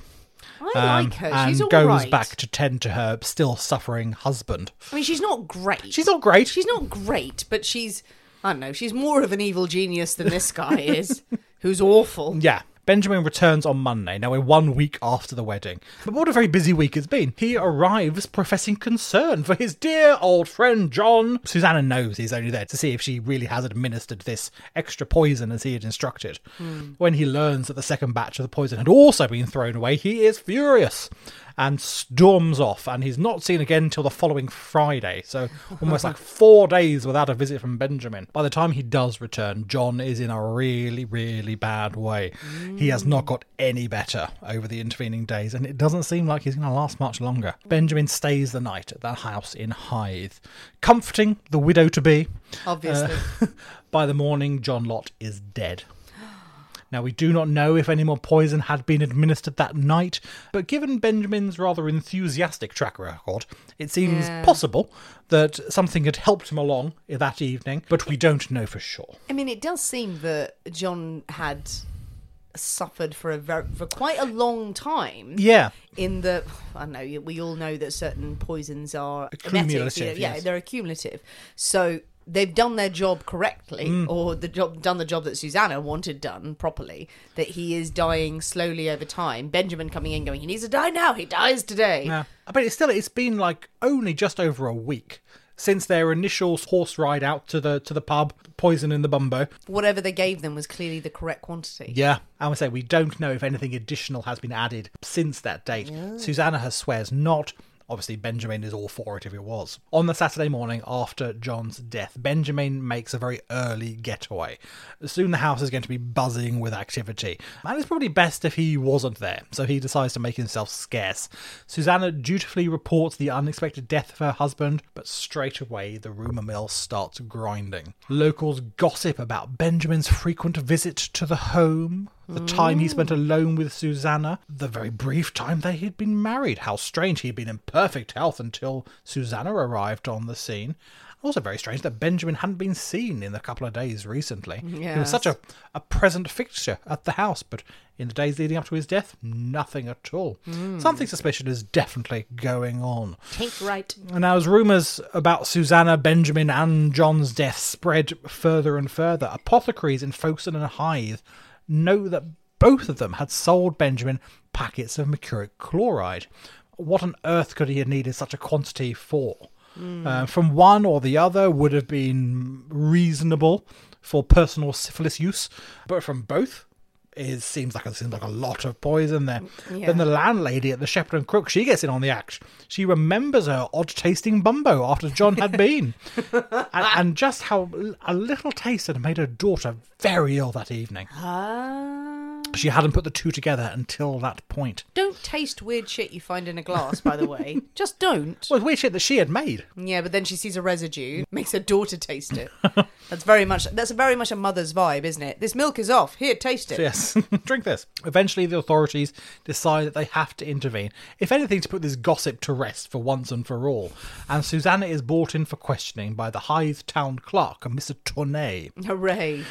S1: I
S2: um,
S1: like her.
S2: and
S1: She's all right.
S2: goes back to tend to her still suffering husband.
S1: I mean, she's not great.
S2: She's not great.
S1: She's not great, but she's. I don't know. She's more of an evil genius than this guy is, who's awful.
S2: Yeah. Benjamin returns on Monday. Now we're one week after the wedding. But what a very busy week it's been. He arrives professing concern for his dear old friend John. Susanna knows he's only there to see if she really has administered this extra poison as he had instructed. When he learns that the second batch of the poison had also been thrown away, he is furious and storms off and he's not seen again till the following Friday. So almost like four days without a visit from Benjamin. By the time he does return, John is in a really, really bad way. He has not got any better over the intervening days and it doesn't seem like he's going to last much longer. Benjamin stays the night at that house in Hythe, comforting the widow to be.
S1: Obviously.
S2: By the morning, John Lott is dead. Now, we do not know if any more poison had been administered that night, but given Benjamin's rather enthusiastic track record, it seems possible that something had helped him along that evening, but we don't know for sure.
S1: I mean, it does seem that John had suffered for a ver for quite a long time.
S2: Yeah.
S1: In the, I don't know you- we all know that certain poisons are
S2: Accumulative,
S1: emetic, you know, yeah,
S2: yes.
S1: they're accumulative. So they've done their job correctly,
S2: Mm.
S1: or the job done the job that Susanna wanted done properly. That he is dying slowly over time. Benjamin coming in, going, he needs to die now. He dies today.
S2: Yeah. But it's still it's been like only just over a week since their initial horse ride out to the to the pub, poison in the bumbo.
S1: Whatever they gave them was clearly the correct quantity.
S2: Yeah. I would say we don't know if anything additional has been added since that date. Susanna has swears not. Obviously, Benjamin is all for it if it was. On the Saturday morning after John's death, Benjamin makes a very early getaway. Soon the house is going to be buzzing with activity, and it's probably best if he wasn't there, so he decides to make himself scarce. Susanna dutifully reports the unexpected death of her husband, but straight away the rumour mill starts grinding. Locals gossip about Benjamin's frequent visit to the home, the time he spent alone with Susanna, the very brief time they had been married, how strange he had been in perfect health until Susanna arrived on the scene. Also, very strange that Benjamin hadn't been seen in a couple of days recently. He was such a, a present fixture at the house, but in the days leading up to his death, nothing at all. Something suspicious is definitely going on.
S1: Pink right.
S2: And now, as rumours about Susanna, Benjamin, and John's death spread further and further, apothecaries in Folkestone and Hythe know that both of them had sold Benjamin packets of mercuric chloride. What on earth could he have needed such a quantity for? Uh, from one or the other would have been reasonable for personal syphilis use, but from both, it seems like it seems like a lot of poison there. Then the landlady at the Shepherd and Crook, she gets in on the act. She remembers her odd tasting bumbo after John had been, and, and just how l- a little taste had made her daughter very ill that evening. She hadn't put the two together until that point.
S1: Don't taste weird shit you find in a glass, by the way. Just don't.
S2: Well, it's weird shit that she had made.
S1: Yeah, but then she sees a residue, makes her daughter taste it. that's very much that's very much a mother's vibe, isn't it? This milk is off. Here, taste it.
S2: Yes, drink this. Eventually, the authorities decide that they have to intervene, if anything, to put this gossip to rest for once and for all. And Susanna is brought in for questioning by the Hythe town clerk, a Mr. Tournay.
S1: Hooray.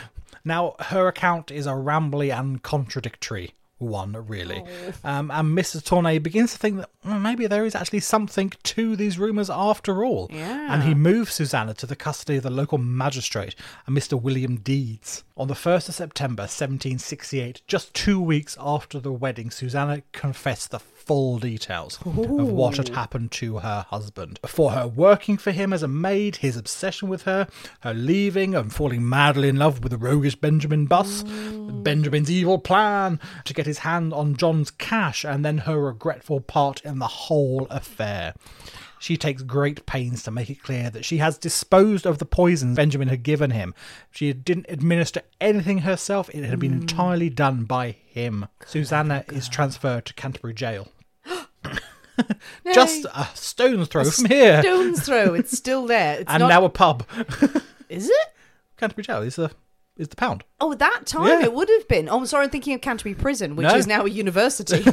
S2: Now, her account is a rambly and contradictory one, really. Um, and Mrs. Tournay begins to think that "Mm, maybe there is actually something to these rumours after all. Yeah. And he moves Susanna to the custody of the local magistrate, a Mr. William Deeds. On the 1st of September 1768, just two weeks after the wedding, Susanna confessed the full details of what had happened to her husband. For her working for him as a maid, his obsession with her, her leaving and falling madly in love with the roguish Benjamin Buss, Benjamin's evil plan to get his hand on John's cash, and then her regretful part in the whole affair. She takes great pains to make it clear that she has disposed of the poison Benjamin had given him. She didn't administer anything herself, it had been entirely done by him. Susanna is transferred to Canterbury Jail. Just a stone's throw from here.
S1: Stone's throw, it's still there. It's
S2: and
S1: not
S2: now a pub.
S1: Is it?
S2: Canterbury Jail is the, is the pound.
S1: Oh, that time
S2: Yeah.
S1: it would have been. Oh, I'm sorry, I'm thinking of Canterbury Prison, which
S2: No.
S1: is now a university.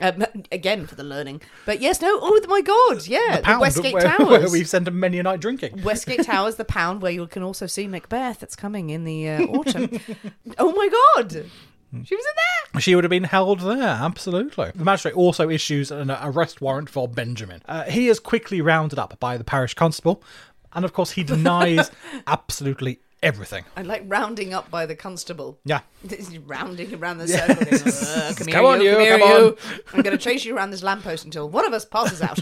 S1: um, again for the learning. But yes, no, oh my god, yeah.
S2: the pound
S1: Westgate
S2: where,
S1: Towers.
S2: where we've sent them many a night drinking.
S1: Westgate Towers, the pound where you can also see Macbeth. That's coming in the uh, autumn. oh my god,
S2: Hmm.
S1: she was in there.
S2: She would have been held there, absolutely. The magistrate also issues an arrest warrant for Benjamin. Uh, he is quickly rounded up by the parish constable, and of course, he denies absolutely everything.
S1: I like rounding up by the constable.
S2: Yeah.
S1: This is rounding around the circle. going, "Uh, come here,
S2: Come on,
S1: you,
S2: you,
S1: come, here,
S2: come
S1: you.
S2: on."
S1: I'm going to chase you around this lamppost until one of us passes out.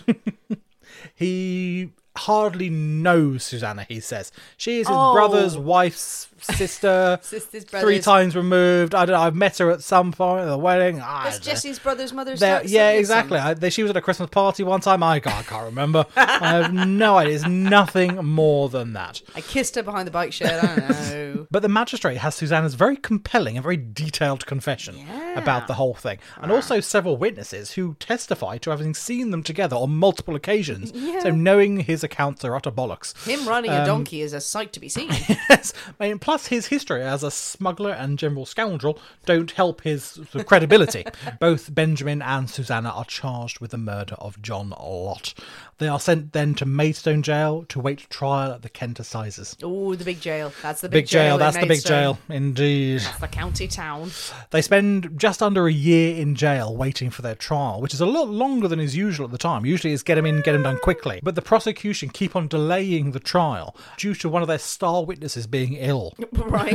S2: He hardly knows Susanna, he says. She is his brother's wife's sister,
S1: Oh. Sister's
S2: three
S1: brother's-
S2: times removed. I don't know, I've met her at some point at the wedding. I
S1: That's
S2: don't know.
S1: Jesse's brother's mother's.
S2: There-
S1: son-
S2: yeah,
S1: son-
S2: exactly.
S1: son.
S2: I, they, she was at a Christmas party one time. I, I can't remember. I have no idea. It's nothing more than that.
S1: I kissed her behind the bike shed. I don't know.
S2: But the magistrate has Susanna's very compelling and very detailed confession about the whole thing, and also several witnesses who testify to having seen them together on multiple occasions. So knowing his his accounts are utter bollocks.
S1: Him riding
S2: Um,
S1: a donkey is a sight to be seen.
S2: Yes, I mean, plus his history as a smuggler and general scoundrel don't help his sort of credibility. Both Benjamin and Susanna are charged with the murder of John Lott. They are sent then to Maidstone Jail to wait trial at the Kent Assizes.
S1: oh, the big jail. That's the big,
S2: Big jail,
S1: in
S2: that's the big
S1: Maidstone.
S2: jail, indeed.
S1: That's the county town.
S2: They spend just under a year in jail waiting for their trial, which is a lot longer than is usual at the time. Usually it's get them in, get them done quickly. But the prosecution keep on delaying the trial due to one of their star witnesses being ill.
S1: Right.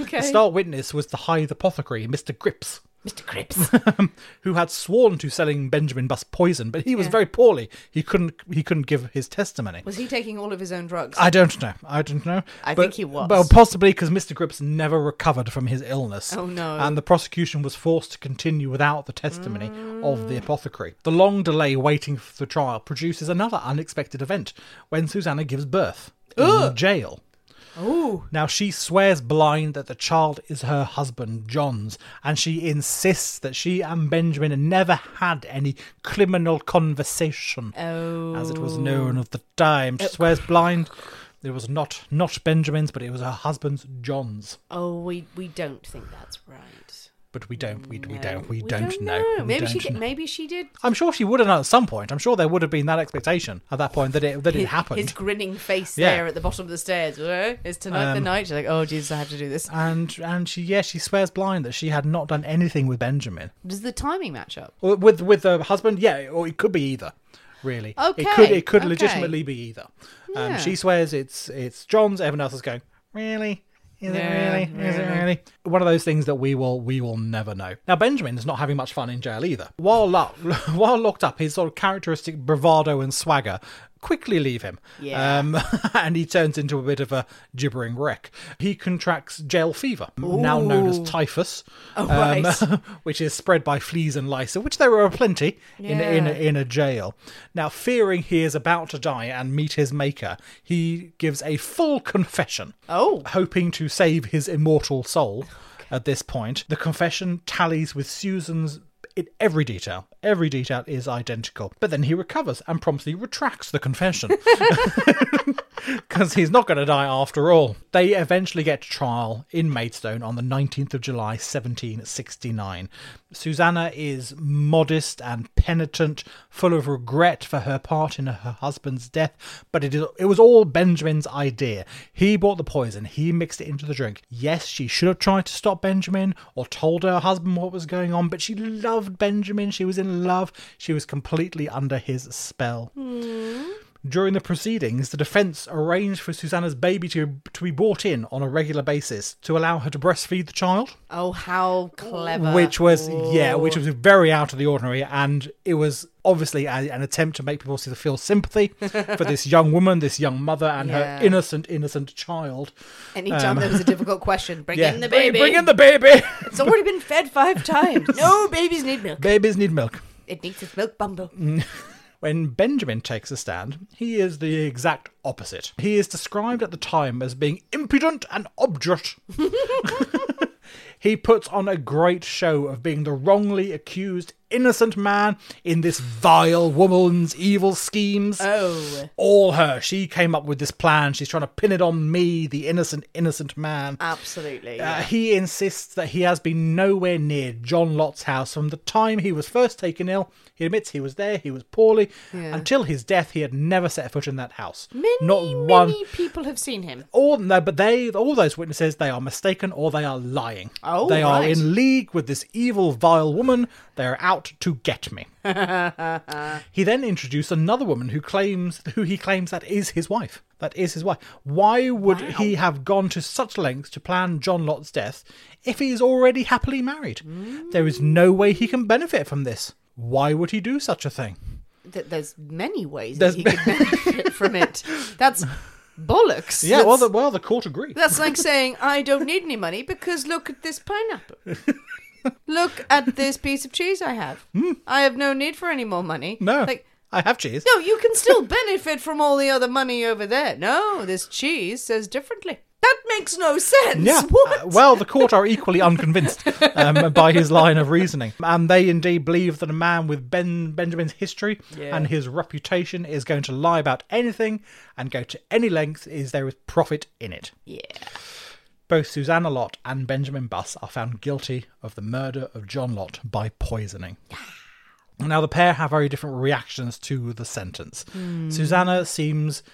S1: Okay.
S2: The star witness was the Hythe apothecary, Mr. Grips,
S1: Mr. Cripps.
S2: who had sworn to selling Benjamin Buss poison, but he was very poorly. He couldn't he couldn't give his testimony.
S1: Was he taking all of his own drugs?
S2: I don't know. I don't know.
S1: I
S2: But-
S1: think he was.
S2: Well, possibly because Mr. Grips never recovered from his illness.
S1: Oh, no.
S2: And the prosecution was forced to continue without the testimony of
S1: Mm.
S2: the apothecary. The long delay waiting for the trial produces another unexpected event when Susanna gives birth in jail. Now she swears blind that the child is her husband John's, and she insists that she and Benjamin never had any criminal conversation, as it was known at the time. She swears blind. It was not not Benjamin's, but it was her husband's John's.
S1: oh, we we don't think that's right.
S2: But we don't, we, we
S1: No.
S2: don't, we, don't, know. We
S1: Maybe she
S2: don't
S1: did,
S2: know.
S1: maybe she did.
S2: I'm sure she would have known at some point. I'm sure there would have been that expectation at that point that it that it
S1: His,
S2: happened.
S1: his grinning face
S2: Yeah. Um,
S1: there at the bottom of the stairs. "Eh, Is tonight the night? She's like, oh Jesus, I have to do this.
S2: and and she yeah she swears blind that she had not done anything with Benjamin.
S1: Does the timing match up?
S2: Or with with the husband yeah or it could be either really it could
S1: Okay,
S2: it could
S1: okay.
S2: legitimately be either
S1: Yeah.
S2: um, she swears it's it's john's everyone else is going really is
S1: Yeah,
S2: it really? Is
S1: really?
S2: it really? One of those things that we will we will never know. Now Benjamin's not having much fun in jail either. While locked, while locked up, his sort of characteristic bravado and swagger quickly leave him.
S1: Yeah.
S2: Um, and he turns into a bit of a gibbering wreck. He contracts jail fever, now known as typhus. um,
S1: Oh, right.
S2: which is spread by fleas and lice, of which there are plenty in, in, a,
S1: Yeah.
S2: in a jail. Now, fearing he is about to die and meet his maker, he gives a full confession,
S1: Oh.
S2: hoping to save his immortal soul at this point. The confession tallies with Susan's. In every detail, every detail is identical. But then he recovers and promptly retracts the confession because he's not going to die after all. They eventually get to trial in Maidstone on the 19th of July, 1769. Susanna is modest and penitent, full of regret for her part in her husband's death, but it, is, it was all Benjamin's idea. He bought the poison, he mixed it into the drink. Yes, she should have tried to stop Benjamin or told her husband what was going on, but she loved Benjamin, she was in love, she was completely under his spell. During the proceedings, the defence arranged for Susanna's baby to, to be brought in on a regular basis to allow her to breastfeed the child,
S1: Oh, how clever!
S2: which was yeah,
S1: Ooh.
S2: which was very out of the ordinary, and it was obviously a, an attempt to make people sort of feel sympathy for this young woman, this young mother, and
S1: Yeah.
S2: her innocent, innocent child.
S1: Anytime there was a difficult question, bring in the
S2: Um, Bring-
S1: baby.
S2: bring in the baby.
S1: It's already been fed five times. No, babies need milk.
S2: Babies need milk.
S1: It needs its milk bumble.
S2: Mm. When Benjamin takes a stand, he is the exact opposite. He is described at the time as being impudent and obdurate. he puts on a great show of being the wrongly accused innocent man in this vile woman's evil schemes.
S1: Oh,
S2: All her. She came up with this plan. She's trying to pin it on me, the innocent, innocent man.
S1: absolutely.
S2: Uh, he insists that he has been nowhere near John Lott's house from the time he was first taken ill. He admits he was there, he was poorly. Until his death, he had never set foot in that house.
S1: many,
S2: Not
S1: many
S2: one.
S1: people have seen him.
S2: All no, but they, all those witnesses, they are mistaken or they are lying.
S1: Oh,
S2: they are
S1: right.
S2: in league with this evil, vile woman. They are out to get me. he then introduced another woman who claims, who he claims that is his wife. That is his wife. Why would he have gone to such lengths to plan John Lot's death if he is already happily married? There is no way he can benefit from this. Why would he do such a thing?
S1: Th- there's many ways
S2: There's-
S1: that he could benefit from it. That's bollocks.
S2: Yeah,
S1: that's,
S2: well, the, well, the court agree.
S1: that's like saying I don't need any money because look at this pineapple. look at this piece of cheese I have. I have no need for any more money.
S2: Hmm. No,
S1: like
S2: I have cheese.
S1: No, you can still benefit from all the other money over there. No, this cheese says differently. That makes no sense.
S2: Yeah.
S1: What?
S2: Uh, well, the court are equally unconvinced um, by his line of reasoning. And they indeed believe that a man with Ben Benjamin's history and his reputation is going to lie about anything and go to any length is there is profit in it. Yeah. Both Susanna Lott and Benjamin Buss are found guilty of the murder of John Lott by poisoning. Now, the pair have very different reactions to the sentence. Susanna seems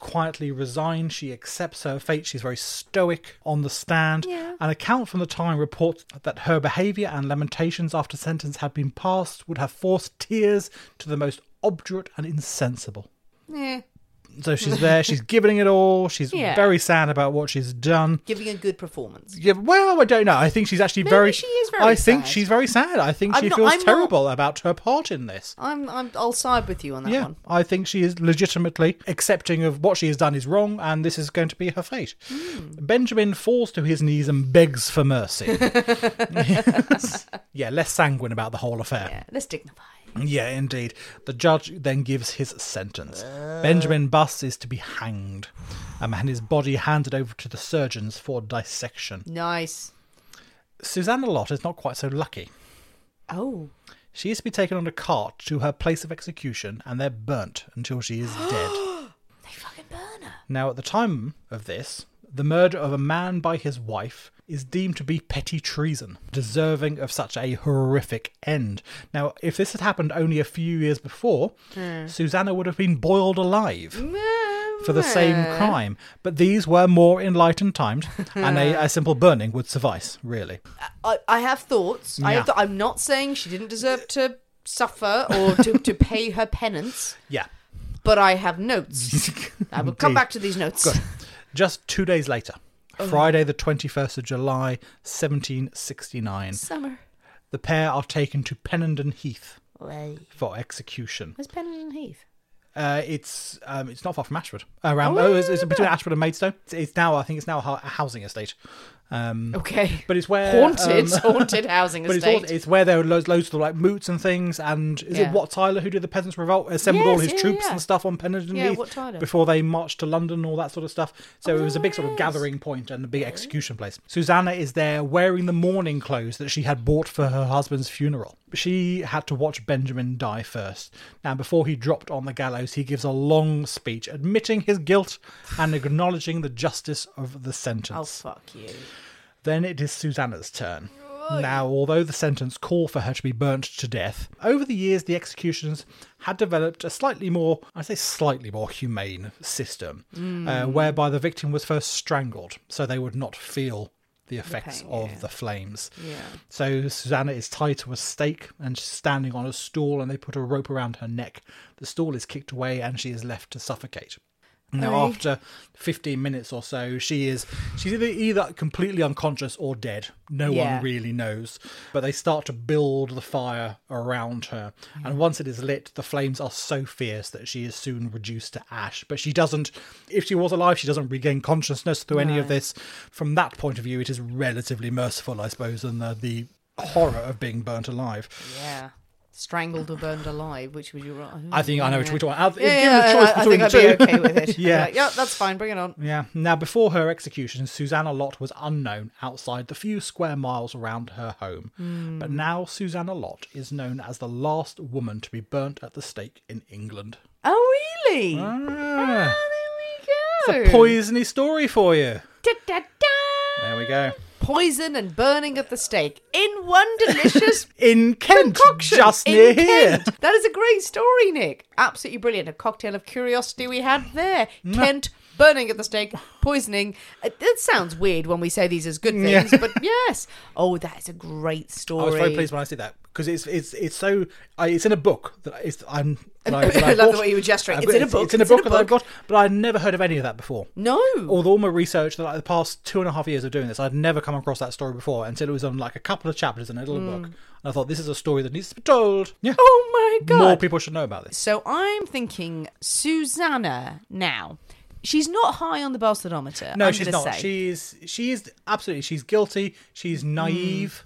S2: quietly resigned. She accepts her fate. She's very stoic on the stand. An account from the time reports that her behaviour and lamentations after sentence had been passed would have forced tears to the most obdurate and insensible.
S1: Eh,
S2: So she's there, she's giving it all, she's
S1: Yeah.
S2: very sad about what she's done.
S1: giving a good performance.
S2: Yeah, well, I don't know. I think she's actually
S1: Maybe
S2: very.
S1: she is very
S2: I think
S1: sad.
S2: she's very sad. I think
S1: I'm
S2: she
S1: not-
S2: feels
S1: I'm not-
S2: terrible about her part in this.
S1: I'm, I'm, I'll side with you on that
S2: Yeah,
S1: one.
S2: I think she is legitimately accepting of what she has done is wrong, and this is going to be her fate.
S1: Hmm.
S2: Benjamin falls to his knees and begs for mercy. Yes. Yeah, less sanguine about the whole affair.
S1: Yeah, let's dignify.
S2: Yeah. indeed. The judge then gives his sentence.
S1: Uh.
S2: Benjamin Buss is to be hanged, um, and his body handed over to the surgeons for dissection.
S1: Nice.
S2: Susanna Lott is not quite so lucky.
S1: Oh.
S2: She is to be taken on a cart to her place of execution, and they're burnt until she is dead.
S1: They fucking burn her.
S2: Now, at the time of this, the murder of a man by his wife is deemed to be petty treason, deserving of such a horrific end. Now, if this had happened only a few years before,
S1: Hmm.
S2: Susanna would have been boiled alive for the same crime. But these were more enlightened times, and a, a simple burning would suffice, really.
S1: I, I have thoughts. I
S2: Yeah.
S1: have th- I'm not saying she didn't deserve to suffer or to, to pay her penance,
S2: Yeah.
S1: but I have notes. I will come
S2: Indeed.
S1: back to these notes.
S2: Just two days later,
S1: Oh.
S2: Friday, the 21st of July, 1769,
S1: Summer.
S2: the pair are taken to Pennenden Heath
S1: Where's
S2: for execution.
S1: Pennington Heath?
S2: Uh, it's um, it's not far from Ashford. Around oh, it's, it's between Ashford and Maidstone. It's, it's now I think it's now a hou- a housing estate,
S1: Okay.
S2: Mm. but it's where
S1: haunted,
S2: um,
S1: haunted housing
S2: but it's,
S1: estate.
S2: haunted. it's where there were loads, loads of like moots and things. And is
S1: Yeah.
S2: it Wat Tyler who did the Peasants' Revolt? Assembled all
S1: Yes,
S2: his
S1: yeah,
S2: troops
S1: yeah.
S2: and stuff on Pennington
S1: Yeah,
S2: Heath
S1: Wat Tyler.
S2: before they marched to London, all that sort of stuff. So it was a big sort of gathering point and a big execution place. Susanna is there wearing the mourning clothes that she had bought for her husband's funeral. She had to watch Benjamin die first. Now, before he dropped on the gallows, he gives a long speech admitting his guilt and acknowledging the justice of the sentence.
S1: oh fuck you.
S2: Then it is Susanna's turn. Now, although the sentence called for her to be burnt to death, over the years the executions had developed a slightly more, I say slightly more humane system, uh, whereby the victim was first strangled, so they would not feel the effects of the flames. So Susanna is tied to a stake and she's standing on a stool and they put a rope around her neck. The stool is kicked away and she is left to suffocate. Now, after 15 minutes or so, she is she's either, either completely unconscious or dead. No
S1: Yeah.
S2: one really knows. But they start to build the fire around her. And once it is lit, the flames are so fierce that she is soon reduced to ash. But she doesn't, if she was alive, she doesn't regain consciousness through any of this. From that point of view, it is relatively merciful, I suppose, and the, the horror of being burnt alive.
S1: Yeah. Strangled or burned alive, which would you rather?
S2: I think I know which, which one. I'll-
S1: Yeah,
S2: given
S1: yeah,
S2: the choice
S1: I, I
S2: between
S1: think I'd
S2: the two.
S1: be okay with it. I'd be
S2: Yeah.
S1: like, yeah, that's fine. Bring it on.
S2: Yeah. Now, before her execution, Susanna Lott was unknown outside the few square miles around her home.
S1: Hmm.
S2: But now Susanna Lott is known as the last woman to be burnt at the stake in England.
S1: Oh really?
S2: Ah,
S1: there we go.
S2: it's a poisony story for you.
S1: Da, da, da.
S2: There we go.
S1: Poison and burning at the stake in one delicious
S2: In Kent,
S1: concoction
S2: just
S1: in
S2: near here.
S1: Kent. That is a great story, Nick. Absolutely brilliant. A cocktail of curiosity we had there.
S2: Mm.
S1: Kent burning at the stake, poisoning. Uh, That sounds weird when we say these as good
S2: Yeah.
S1: things, but yes. Oh, that is a great story.
S2: I was very pleased when I see that because it's it's it's so I, it's in a book that it's I'm. That I, that
S1: I love the
S2: bought.
S1: way you were gesturing.
S2: I've
S1: It's
S2: got-
S1: in a book,
S2: It's in a
S1: it's in
S2: book
S1: a
S2: that I've
S1: book.
S2: got, but I'd never heard of any of that before.
S1: No.
S2: although all my research that like the past two and a half years of doing this, I'd never come across that story before until it was on like a couple of chapters in a little book. And I thought this is a story that needs to be told. Mm. Yeah.
S1: Oh my god.
S2: More people should know about this.
S1: So I'm thinking Susanna now. She's not high on the balsadometer.
S2: No,
S1: I'm
S2: she's
S1: gonna
S2: not.
S1: Say.
S2: She's she is absolutely she's guilty. She's naive.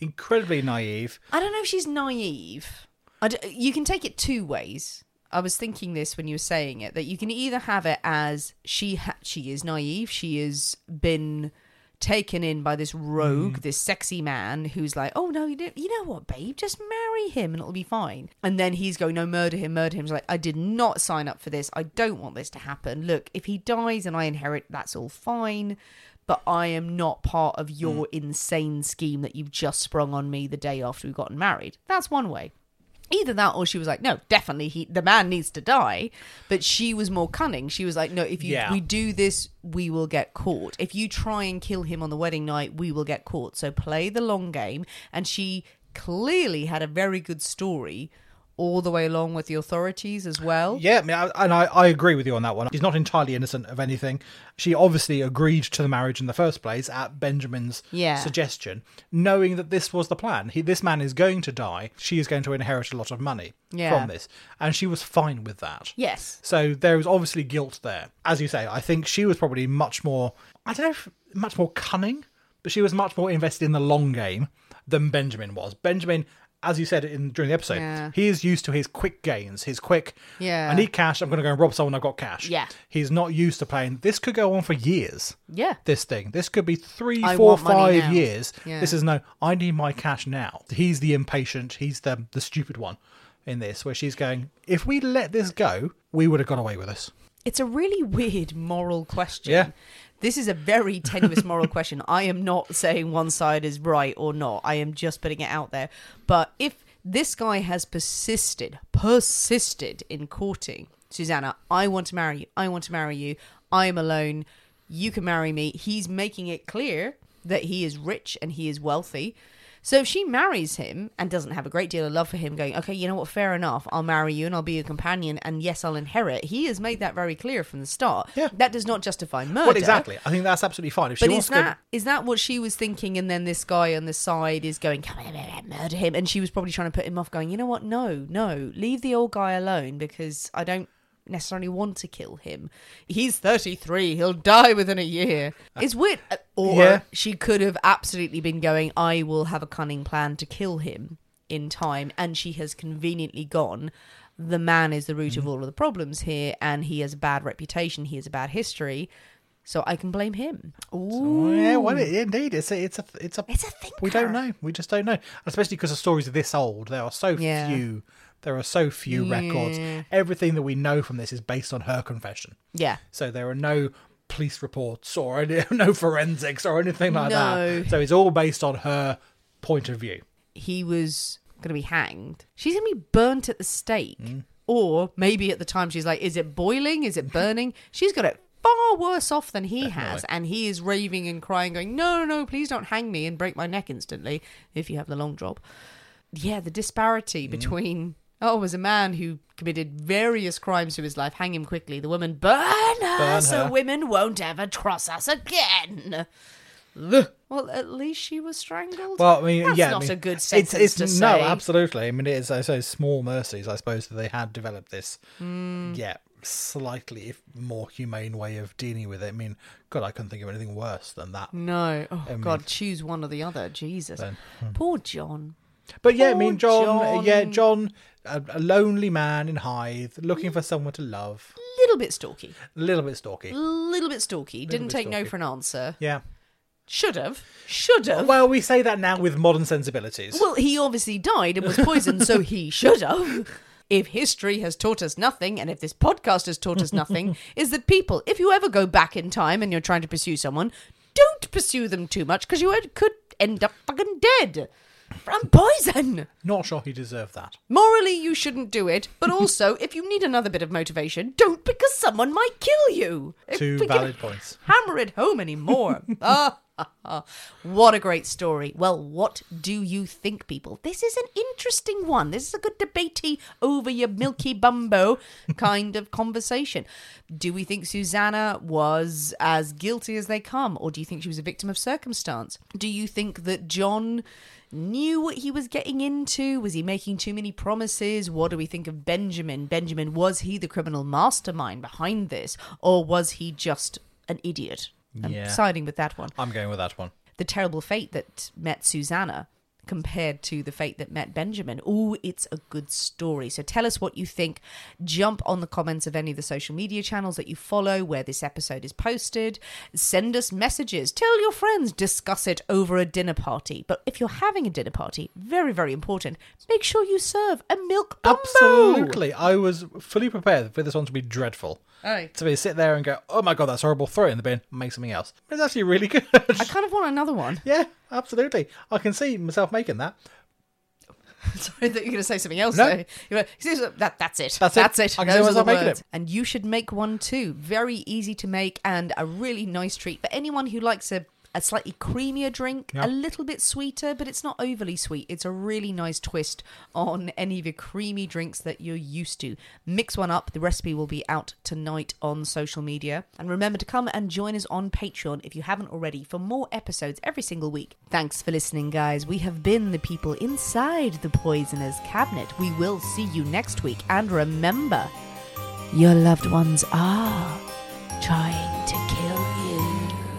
S2: Incredibly naive.
S1: I don't know if she's naive. I d- you can take it two ways. I was thinking this when you were saying it that you can either have it as she ha- she is naive, she has been taken in by this rogue, this sexy man who's like, oh no, you know, you know what, babe, just marry him and it'll be fine. And then he's going, no, murder him, murder him. He's like, I did not sign up for this. I don't want this to happen. Look, if he dies and I inherit, that's all fine. But I am not part of your
S2: Mm.
S1: insane scheme that you've just sprung on me the day after we've gotten married. That's one way either that or she was like no definitely he the man needs to die but she was more cunning she was like no if you
S2: Yeah.
S1: we do this we will get caught if you try and kill him on the wedding night we will get caught so play the long game and she clearly had a very good story all the way along with the authorities as well
S2: Yeah, I mean, I, and I, I agree with you on that one. She's not entirely innocent of anything. She obviously agreed to the marriage in the first place at Benjamin's
S1: Yeah.
S2: suggestion, knowing that this was the plan. He, this man is going to die. She is going to inherit a lot of money
S1: Yeah.
S2: from this. And she was fine with that.
S1: yes
S2: So there was obviously guilt there. As you say, I think she was probably much more, I don't know, if much more cunning, but she was much more invested in the long game than Benjamin was. Benjamin, as you said in during the episode,
S1: Yeah.
S2: he is used to his quick gains, his quick,
S1: Yeah.
S2: I need cash, I'm going to go and rob someone, I've got cash.
S1: Yeah.
S2: He's not used to playing, this could go on for years.
S1: yeah
S2: This thing. This could be three,
S1: I
S2: four,
S1: want money now.
S2: five years.
S1: Yeah.
S2: This is no, I need my cash now. He's the impatient, he's the the stupid one in this, where she's going, if we let this go, we would have got away with this.
S1: It's a really weird moral question.
S2: Yeah.
S1: This is a very tenuous moral question. I am not saying one side is right or not. I am just putting it out there. But if this guy has persisted, persisted in courting Susanna, I want to marry you. I want to marry you. I am alone. You can marry me. He's making it clear that he is rich and he is wealthy. So if she marries him and doesn't have a great deal of love for him, going, okay, you know what, fair enough, I'll marry you and I'll be your companion, and yes, I'll inherit. He has made that very clear from the start.
S2: Yeah.
S1: That does not justify murder.
S2: Well, exactly. I think that's absolutely fine. If she
S1: Oh, But
S2: wants
S1: is
S2: to go-
S1: that is that what she was thinking? And then this guy on the side is going, "Come on, murder- murder him," and she was probably trying to put him off, going, "You know what? No, no, leave the old guy alone because I don't necessarily want to kill him. He's thirty three; he'll die within a year." It's weird. Or
S2: Yeah.
S1: she could have absolutely been going, "I will have a cunning plan to kill him in time," and she has conveniently gone. The man is the root of all of the problems here, and he has a bad reputation. He has a bad history. So I can blame him.
S2: Oh, yeah, well, it, indeed, it's a, it's a, it's a,
S1: It's a
S2: We don't
S1: thinker.
S2: know. We just don't know, And especially because the stories are this old. There are so
S1: Yeah.
S2: few. There are so few records. Everything that we know from this is based on her confession.
S1: Yeah.
S2: So there are no police reports or any, no forensics or anything like
S1: No.
S2: that. So it's all based on her point of view.
S1: he was going to be hanged. She's going to be burnt at the stake. Or maybe at the time she's like, is it boiling? Is it burning? she's got it far worse off than he has. And he is raving and crying, going, no, no, no, please don't hang me and break my neck instantly if you have the long drop. Yeah, the
S2: Mm-hmm.
S1: disparity between. Oh, was a man who committed various crimes to his life. Hang him quickly. The woman burn her,
S2: Burn
S1: so
S2: her.
S1: women won't ever cross us again. Well, at least she was strangled.
S2: Well, I mean,
S1: That's
S2: yeah, I
S1: not
S2: mean,
S1: a good sentence
S2: It's,
S1: to
S2: it's
S1: say.
S2: no, absolutely. I mean, it is I say small mercies, I suppose, that they had developed this.
S1: Hmm.
S2: Yeah, slightly, if more humane way of dealing with it. I mean, God, I couldn't think of anything worse than that.
S1: No. Oh God, choose one or the other. Jesus.
S2: Hmm.
S1: Poor John.
S2: But yeah, I
S1: Poor
S2: mean, John,
S1: John.
S2: yeah, John, a, a lonely man in Hythe, looking for someone to love,
S1: Little bit stalky.
S2: a little bit stalky.
S1: Little bit stalky. Didn't
S2: bit
S1: take no
S2: stalky.
S1: for an answer.
S2: Yeah.
S1: Should have. Should have. Well,
S2: Well, we say that now with modern sensibilities.
S1: he obviously died and was poisoned, so he should have. If history has taught us nothing, and if this podcast has taught us nothing, is that people, if you ever go back in time and you're trying to pursue someone, don't pursue them too much because you could end up fucking dead from poison.
S2: Not sure he deserved that.
S1: Morally, you shouldn't do it, but also, if you need another bit of motivation, don't because someone might kill you. If
S2: Two
S1: we can
S2: valid points.
S1: Hammer it home anymore. Ah, ha, ha. what a great story. Well, what do you think, people? This is an interesting one. This is a good debatey over your milky bumbo kind of conversation. Do we think Susanna was as guilty as they come, or do you think she was a victim of circumstance? Do you think that John knew what he was getting into? Was he making too many promises? What do we think of Benjamin? Benjamin, was he the criminal mastermind behind this, or was he just an idiot? I'm
S2: Yeah.
S1: siding with that one.
S2: I'm going with that one.
S1: The terrible fate that met Susanna compared to the fate that met Benjamin. Ooh, it's a good story. So tell us what you think. Jump on the comments of any of the social media channels that you follow where this episode is posted. Send us messages. Tell your friends. Discuss it over a dinner party. But if you're having a dinner party, very, very important, make sure you serve a milk bumbo.
S2: Absolutely. I was fully prepared for this one to be dreadful.
S1: Aye.
S2: To be sit there and go, oh my god, that's horrible, throw it in the bin, make something else. But it's actually really good.
S1: I kind of want another one.
S2: yeah, absolutely. I can see myself making that.
S1: Sorry that you're going to say something else.
S2: No.
S1: though. You're gonna- that, that's it.
S2: That's it.
S1: That's it.
S2: I can see
S1: Those are the
S2: myself making
S1: words.
S2: it.
S1: And you should make one too. Very easy to make and a really nice treat for anyone who likes a, a slightly creamier drink,
S2: Yeah.
S1: a little bit sweeter, but it's not overly sweet. It's a really nice twist on any of your creamy drinks that you're used to. Mix one up. The recipe will be out tonight on social media. And remember to come and join us on Patreon if you haven't already for more episodes every single week. Thanks for listening, guys. We have been the people inside the Poisoner's Cabinet. We will see you next week. And remember, your loved ones are trying to kill you.